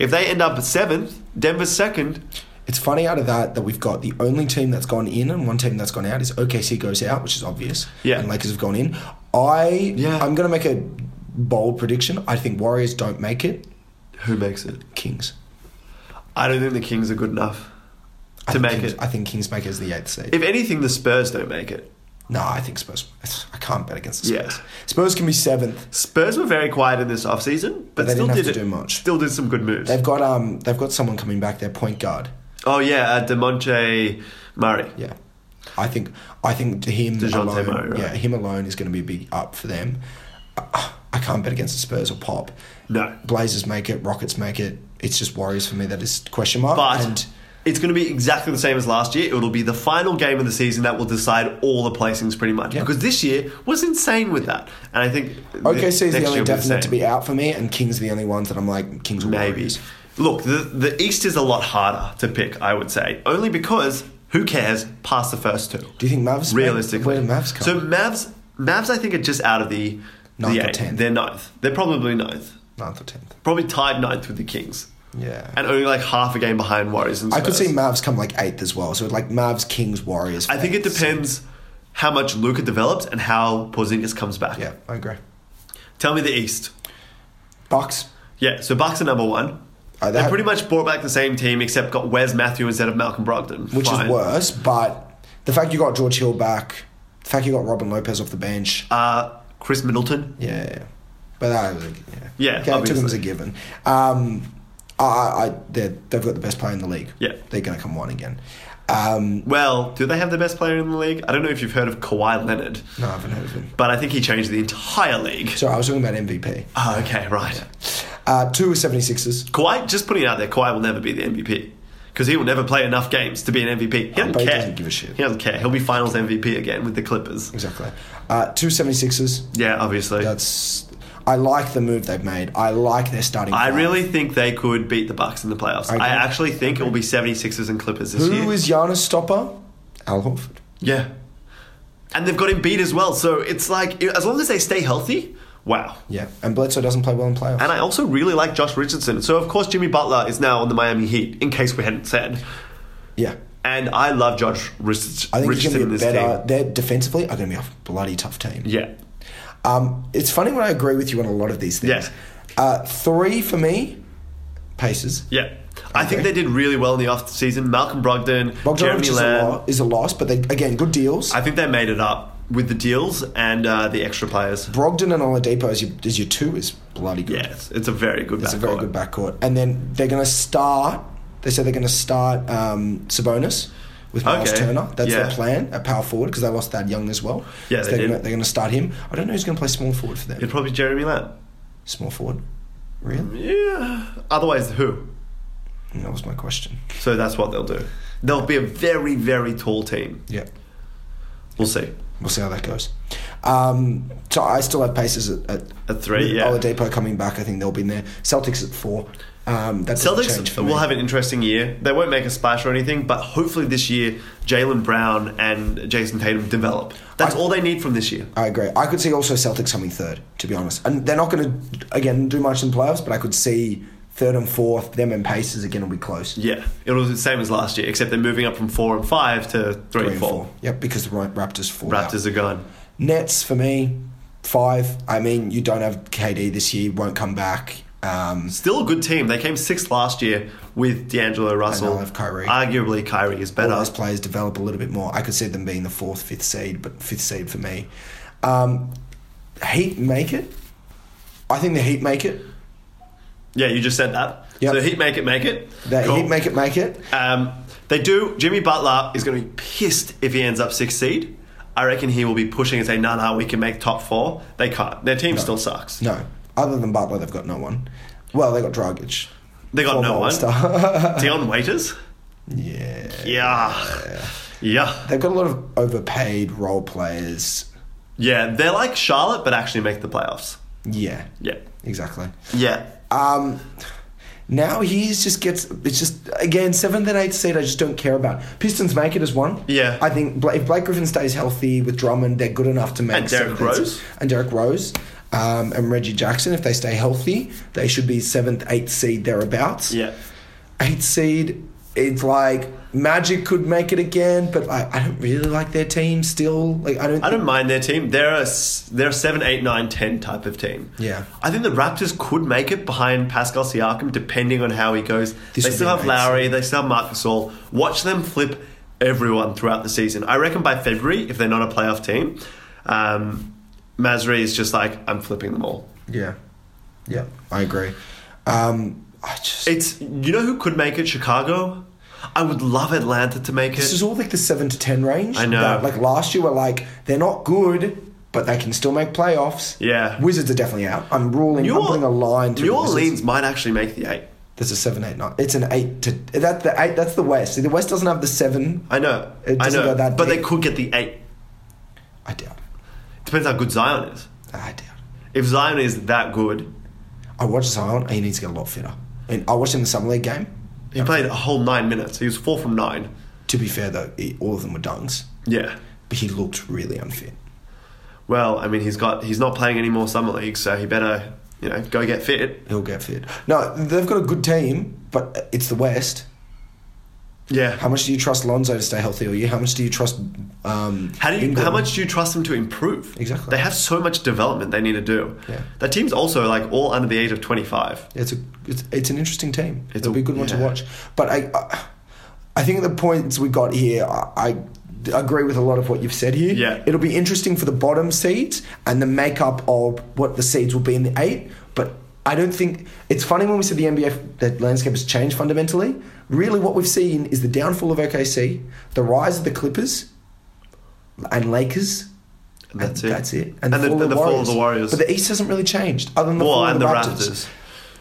S2: If they end up seventh, Denver's second.
S3: It's funny out of that that we've got the only team that's gone in and one team that's gone out is OKC goes out, which is obvious.
S2: Yeah.
S3: And Lakers have gone in. I
S2: Yeah.
S3: I'm gonna make a bold prediction. I think Warriors don't make it.
S2: Who makes it?
S3: Kings.
S2: I don't think the Kings are good enough to
S3: I think
S2: make
S3: Kings,
S2: it.
S3: I think Kings make it as the eighth seed.
S2: If anything, the Spurs don't make it.
S3: no, I think Spurs. I can't bet against the
S2: Yeah.
S3: Spurs. Spurs can be seventh.
S2: Spurs were very quiet in this offseason, but,
S3: But they
S2: still
S3: didn't have
S2: did
S3: to
S2: it-
S3: do much.
S2: Still did some good moves.
S3: They've got um they've got someone coming back, their point guard.
S2: oh yeah, uh, Demonte Murray.
S3: Yeah. I think I think him
S2: DeJounte
S3: alone,
S2: Murray, right.
S3: yeah, him alone is going to be a big up for them. I, I can't bet against the Spurs or Pop.
S2: No,
S3: Blazers make it, Rockets make it. It's just Warriors for me. That is question mark.
S2: But
S3: and
S2: it's going to be exactly the same as last year. It'll be the final game of the season that will decide all the placings pretty much. Because this year was insane with that. And I think
S3: OKC
S2: next
S3: is the
S2: year will
S3: only
S2: be
S3: definite to
S2: same.
S3: be out for me, and Kings are the only ones that I'm like Kings or
S2: Maybe.
S3: Warriors.
S2: Look, the, the East is a lot harder to pick, I would say. Only because who cares past the first two?
S3: Do you think Mavs?
S2: Realistically.
S3: where do Mavs come?
S2: So Mavs, Mavs I think, are just out of the,
S3: Ninth
S2: the
S3: or
S2: eight.
S3: tenth.
S2: They're ninth. They're probably ninth.
S3: ninth or tenth.
S2: Probably tied ninth with the Kings.
S3: Yeah.
S2: And only like half a game behind Warriors and
S3: I could
S2: Spurs.
S3: see Mavs come like eighth as well. So like Mavs, Kings, Warriors.
S2: I think it
S3: eighth.
S2: depends how much Luca develops and how Porzingis comes back.
S3: Yeah, I agree.
S2: Tell me the East.
S3: Bucks.
S2: Yeah, so Bucks are number one.
S3: Uh,
S2: they
S3: that-
S2: pretty much brought back the same team, except got Wes Matthew instead of Malcolm Brogdon,
S3: which
S2: Fine.
S3: is worse. But the fact you got George Hill back, the fact you got Robin Lopez off the bench,
S2: Uh, Chris Middleton.
S3: yeah, yeah. But that was, like, yeah,
S2: Yeah,
S3: Okay, I took them as
S2: obviously.
S3: a given. Um, I, I, I- they're- they've got the best player in the league.
S2: Yeah.
S3: they're going to come one again. Um,
S2: Well, do they have the best player in the league? I don't know if you've heard of Kawhi Leonard,
S3: no, I haven't heard of him.
S2: but I think he changed the entire league.
S3: So I was talking about MVP.
S2: Oh, okay, right.
S3: Uh, two were 76ers.
S2: Kawhi, just putting it out there, Kawhi will never be the MVP because he will never play enough games to be an MVP. He doesn't
S3: but he
S2: care.
S3: doesn't give a shit.
S2: He doesn't care. He'll be Finals MVP again with the Clippers.
S3: Exactly. Uh, two 76ers.
S2: Yeah, obviously.
S3: That's. I like the move they've made. I like their starting.
S2: I
S3: five.
S2: really think they could beat the Bucks in the playoffs.
S3: Okay.
S2: I actually think it will be 76ers and Clippers this year.
S3: Who is Giannis stopper? Al Horford.
S2: yeah. And they've got him beat as well. So it's like, as long as they stay healthy, wow.
S3: Yeah, and Bledsoe doesn't play well in playoffs.
S2: And I also really like Josh Richardson. So, of course, Jimmy Butler is now on the Miami Heat, in case we hadn't said.
S3: yeah,
S2: And I love Josh Richardson,
S3: I think it's
S2: Richardson
S3: going
S2: in
S3: to be
S2: this
S3: better.
S2: team.
S3: They're defensively are going to be a bloody tough team.
S2: Yeah.
S3: Um, it's funny when I agree with you on a lot of these things. Uh, three for me, Pacers.
S2: Yeah. I think
S3: Okay.
S2: they did really well in the offseason. Malcolm Brogdon,
S3: Bogdanovich
S2: Jeremy
S3: is a,
S2: Lamb.
S3: lo- is a loss, but they again good deals.
S2: I think they made it up. with the deals and uh, the extra players.
S3: Brogdon and Oladipo as your, as your two is bloody good.
S2: Yeah, it's, it's a very good.
S3: It's a very
S2: backcourt.
S3: good backcourt. And then they're going to start. They said they're going to start um, Sabonis with Miles
S2: Okay.
S3: Turner. That's their
S2: Yeah.
S3: plan at power forward because they lost that young as well.
S2: Yeah,
S3: so
S2: they
S3: are
S2: did.
S3: Gonna, they're going to start him. I don't know who's going to play small forward for them.
S2: It'd probably be Jeremy Lamb.
S3: small forward, really?
S2: Yeah. Otherwise, who?
S3: That was my question.
S2: So that's what they'll do. They'll be a very, very tall team.
S3: Yeah.
S2: We'll see.
S3: We'll see how that goes. Um, so I still have paces at, at,
S2: At three,
S3: with
S2: yeah.
S3: Oladipo coming back, I think they'll be in there. Celtics at four. Um, that doesn't change
S2: Celtics
S3: for me.
S2: will have an interesting year. They won't make a splash or anything, but hopefully this year, Jalen Brown and Jason Tatum develop. That's
S3: I-
S2: all they need from this year.
S3: I agree. I could see also Celtics coming third, to be honest. And they're not going to, again, do much in playoffs, but I could see third and fourth, them and Pacers again will be close.
S2: Yeah, it was the same as last year, except they're moving up from four and five to three,
S3: Three
S2: and
S3: and
S2: four.
S3: Yep, because the Ra- Raptors four.
S2: Raptors are gone.
S3: Nets for me, five. I mean, you don't have KD this year, won't come back. Um,
S2: Still a good team. They came sixth last year with D'Angelo Russell.
S3: they'll have Kyrie.
S2: Arguably, Kyrie is
S3: all
S2: better.
S3: those players develop a little bit more. I could see them being the fourth, fifth seed, but fifth seed for me. Um, Heat make it. I think the Heat make it.
S2: Yeah, you just said that.
S3: Yep.
S2: So Heat make it, make it.
S3: The
S2: Cool.
S3: Heat make it, make it.
S2: Um, they do. Jimmy Butler is going to be pissed if he ends up sixth seed. I reckon he will be pushing and say, "No, no, we can make top four. They can't. Their team still sucks.
S3: No, other than Butler, they've got no one. Well, they got Dragic.
S2: They got
S3: Former
S2: no one.
S3: All-Star.
S2: Dion Waiters.
S3: yeah.
S2: Yeah, yeah,
S3: They've got a lot of overpaid role players.
S2: yeah. They're like Charlotte, but actually make the playoffs.
S3: Yeah.
S2: Yeah,
S3: Exactly.
S2: yeah.
S3: Um, now he's just gets it's just again seventh and eighth seed. I just don't care about. Pistons make it as one.
S2: Yeah.
S3: I think Bla- if Blake Griffin stays healthy with Drummond, they're good enough to make
S2: And Derrick
S3: seventh, eighth-
S2: Rose?
S3: and Derek Rose um, and Reggie Jackson. If they stay healthy, they should be seventh, eighth seed thereabouts.
S2: Yeah.
S3: eighth seed. It's like Magic could make it again, but like, I don't really like their team still. Like I don't.
S2: I don't mind their team. They're a s- they're a seven, eight, nine, ten type of team.
S3: Yeah.
S2: I think the Raptors could make it behind Pascal Siakam, depending on how he goes.
S3: This
S2: they
S3: would
S2: still
S3: be
S2: have
S3: amazing.
S2: Lowry. They still have Marcus All. Watch them flip everyone throughout the season. I reckon by February, if they're not a playoff team, um, Masri is just like I'm flipping them all.
S3: Yeah, yeah, I agree. Um, I just.
S2: It's you know who could make it? Chicago. I would love Atlanta to make
S3: This
S2: it.
S3: is all like the seven to ten range.
S2: I know.
S3: That, like last year, we're like they're not good, but they can still make playoffs.
S2: Yeah.
S3: Wizards are definitely out. I'm ruling.
S2: New
S3: I'm putting a
S2: Orleans-
S3: line. through
S2: New
S3: the Wizards.
S2: Orleans might actually make the eight.
S3: There's a seven, eight, nine. It's an eight to that. The eight. That's the West. See, the West doesn't have the seven.
S2: I know.
S3: It
S2: I
S3: doesn't
S2: know.
S3: go that
S2: but they
S3: deep.
S2: could get the eight.
S3: I doubt.
S2: Depends how good Zion is.
S3: it. I doubt. it.
S2: If Zion is that good,
S3: I watched Zion. He needs to get a lot fitter. And I watched him in the summer league game.
S2: he played a whole nine minutes. He was four from nine.
S3: To be fair though, he, all of them were dunks,
S2: Yeah.
S3: but he looked really unfit.
S2: Well, I mean, he's got he's not playing any more summer league, so he better you know go get fit.
S3: He'll get fit. No, they've got a good team, but it's the West. How
S2: Yeah.
S3: much do you trust Lonzo to stay healthy all year? How much do you trust? Um,
S2: How do you
S3: Ingram?
S2: how much do you trust them to improve?
S3: Exactly.
S2: They have so much development they need to do.
S3: Yeah.
S2: That team's also like all under the age of twenty five.
S3: It's a it's, it's an interesting team.
S2: It's
S3: It'll
S2: a-
S3: be a good one to
S2: yeah.
S3: watch. But I, I I think the points we got here, I, I d- agree with a lot of what you've said here.
S2: Yeah.
S3: it'll be interesting for the bottom seeds and the makeup of what the seeds will be in the eight. But I don't think it's funny when we said the NBA that landscape has changed fundamentally. Really, what we've seen is the downfall of OKC, the rise of the Clippers, and Lakers.
S2: That's
S3: and
S2: it.
S3: That's it.
S2: And the- and the fall of the Warriors.
S3: But the East hasn't really changed, other than the
S2: Well,
S3: fall
S2: and
S3: of
S2: the
S3: the,
S2: Raptors.
S3: Raptors.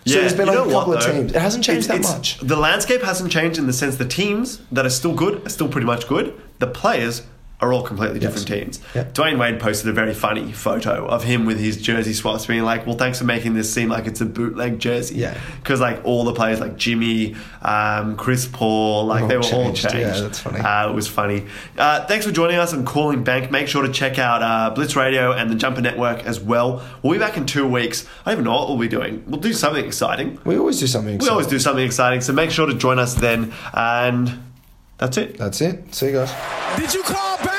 S3: So there's
S2: you
S3: been like
S2: know
S3: a couple
S2: what,
S3: of
S2: though?
S3: teams. It hasn't changed that
S2: it's-
S3: much.
S2: The landscape hasn't changed in the sense the teams that are still good are still pretty much good. The players are all completely different teams.
S3: Yep.
S2: Dwayne Wade posted a very funny photo of him with his jersey swaps, being like, "Well, thanks for making this seem like it's a bootleg jersey."
S3: Yeah.
S2: because like all the players, like Jimmy, um, Chris Paul, like
S3: all
S2: they were all
S3: changed.
S2: changed.
S3: Yeah, that's funny.
S2: Uh, it was funny. Uh, thanks for joining us on Calling Bank. Make sure to check out uh, Blitz Radio and the Jumper Network as well. We'll be back in two weeks. I don't even know what we'll be doing. We'll do something exciting.
S3: We always do something.
S2: We always do something exciting, so make sure to join us then. And that's it.
S3: That's it. See you guys.
S1: Did you call back?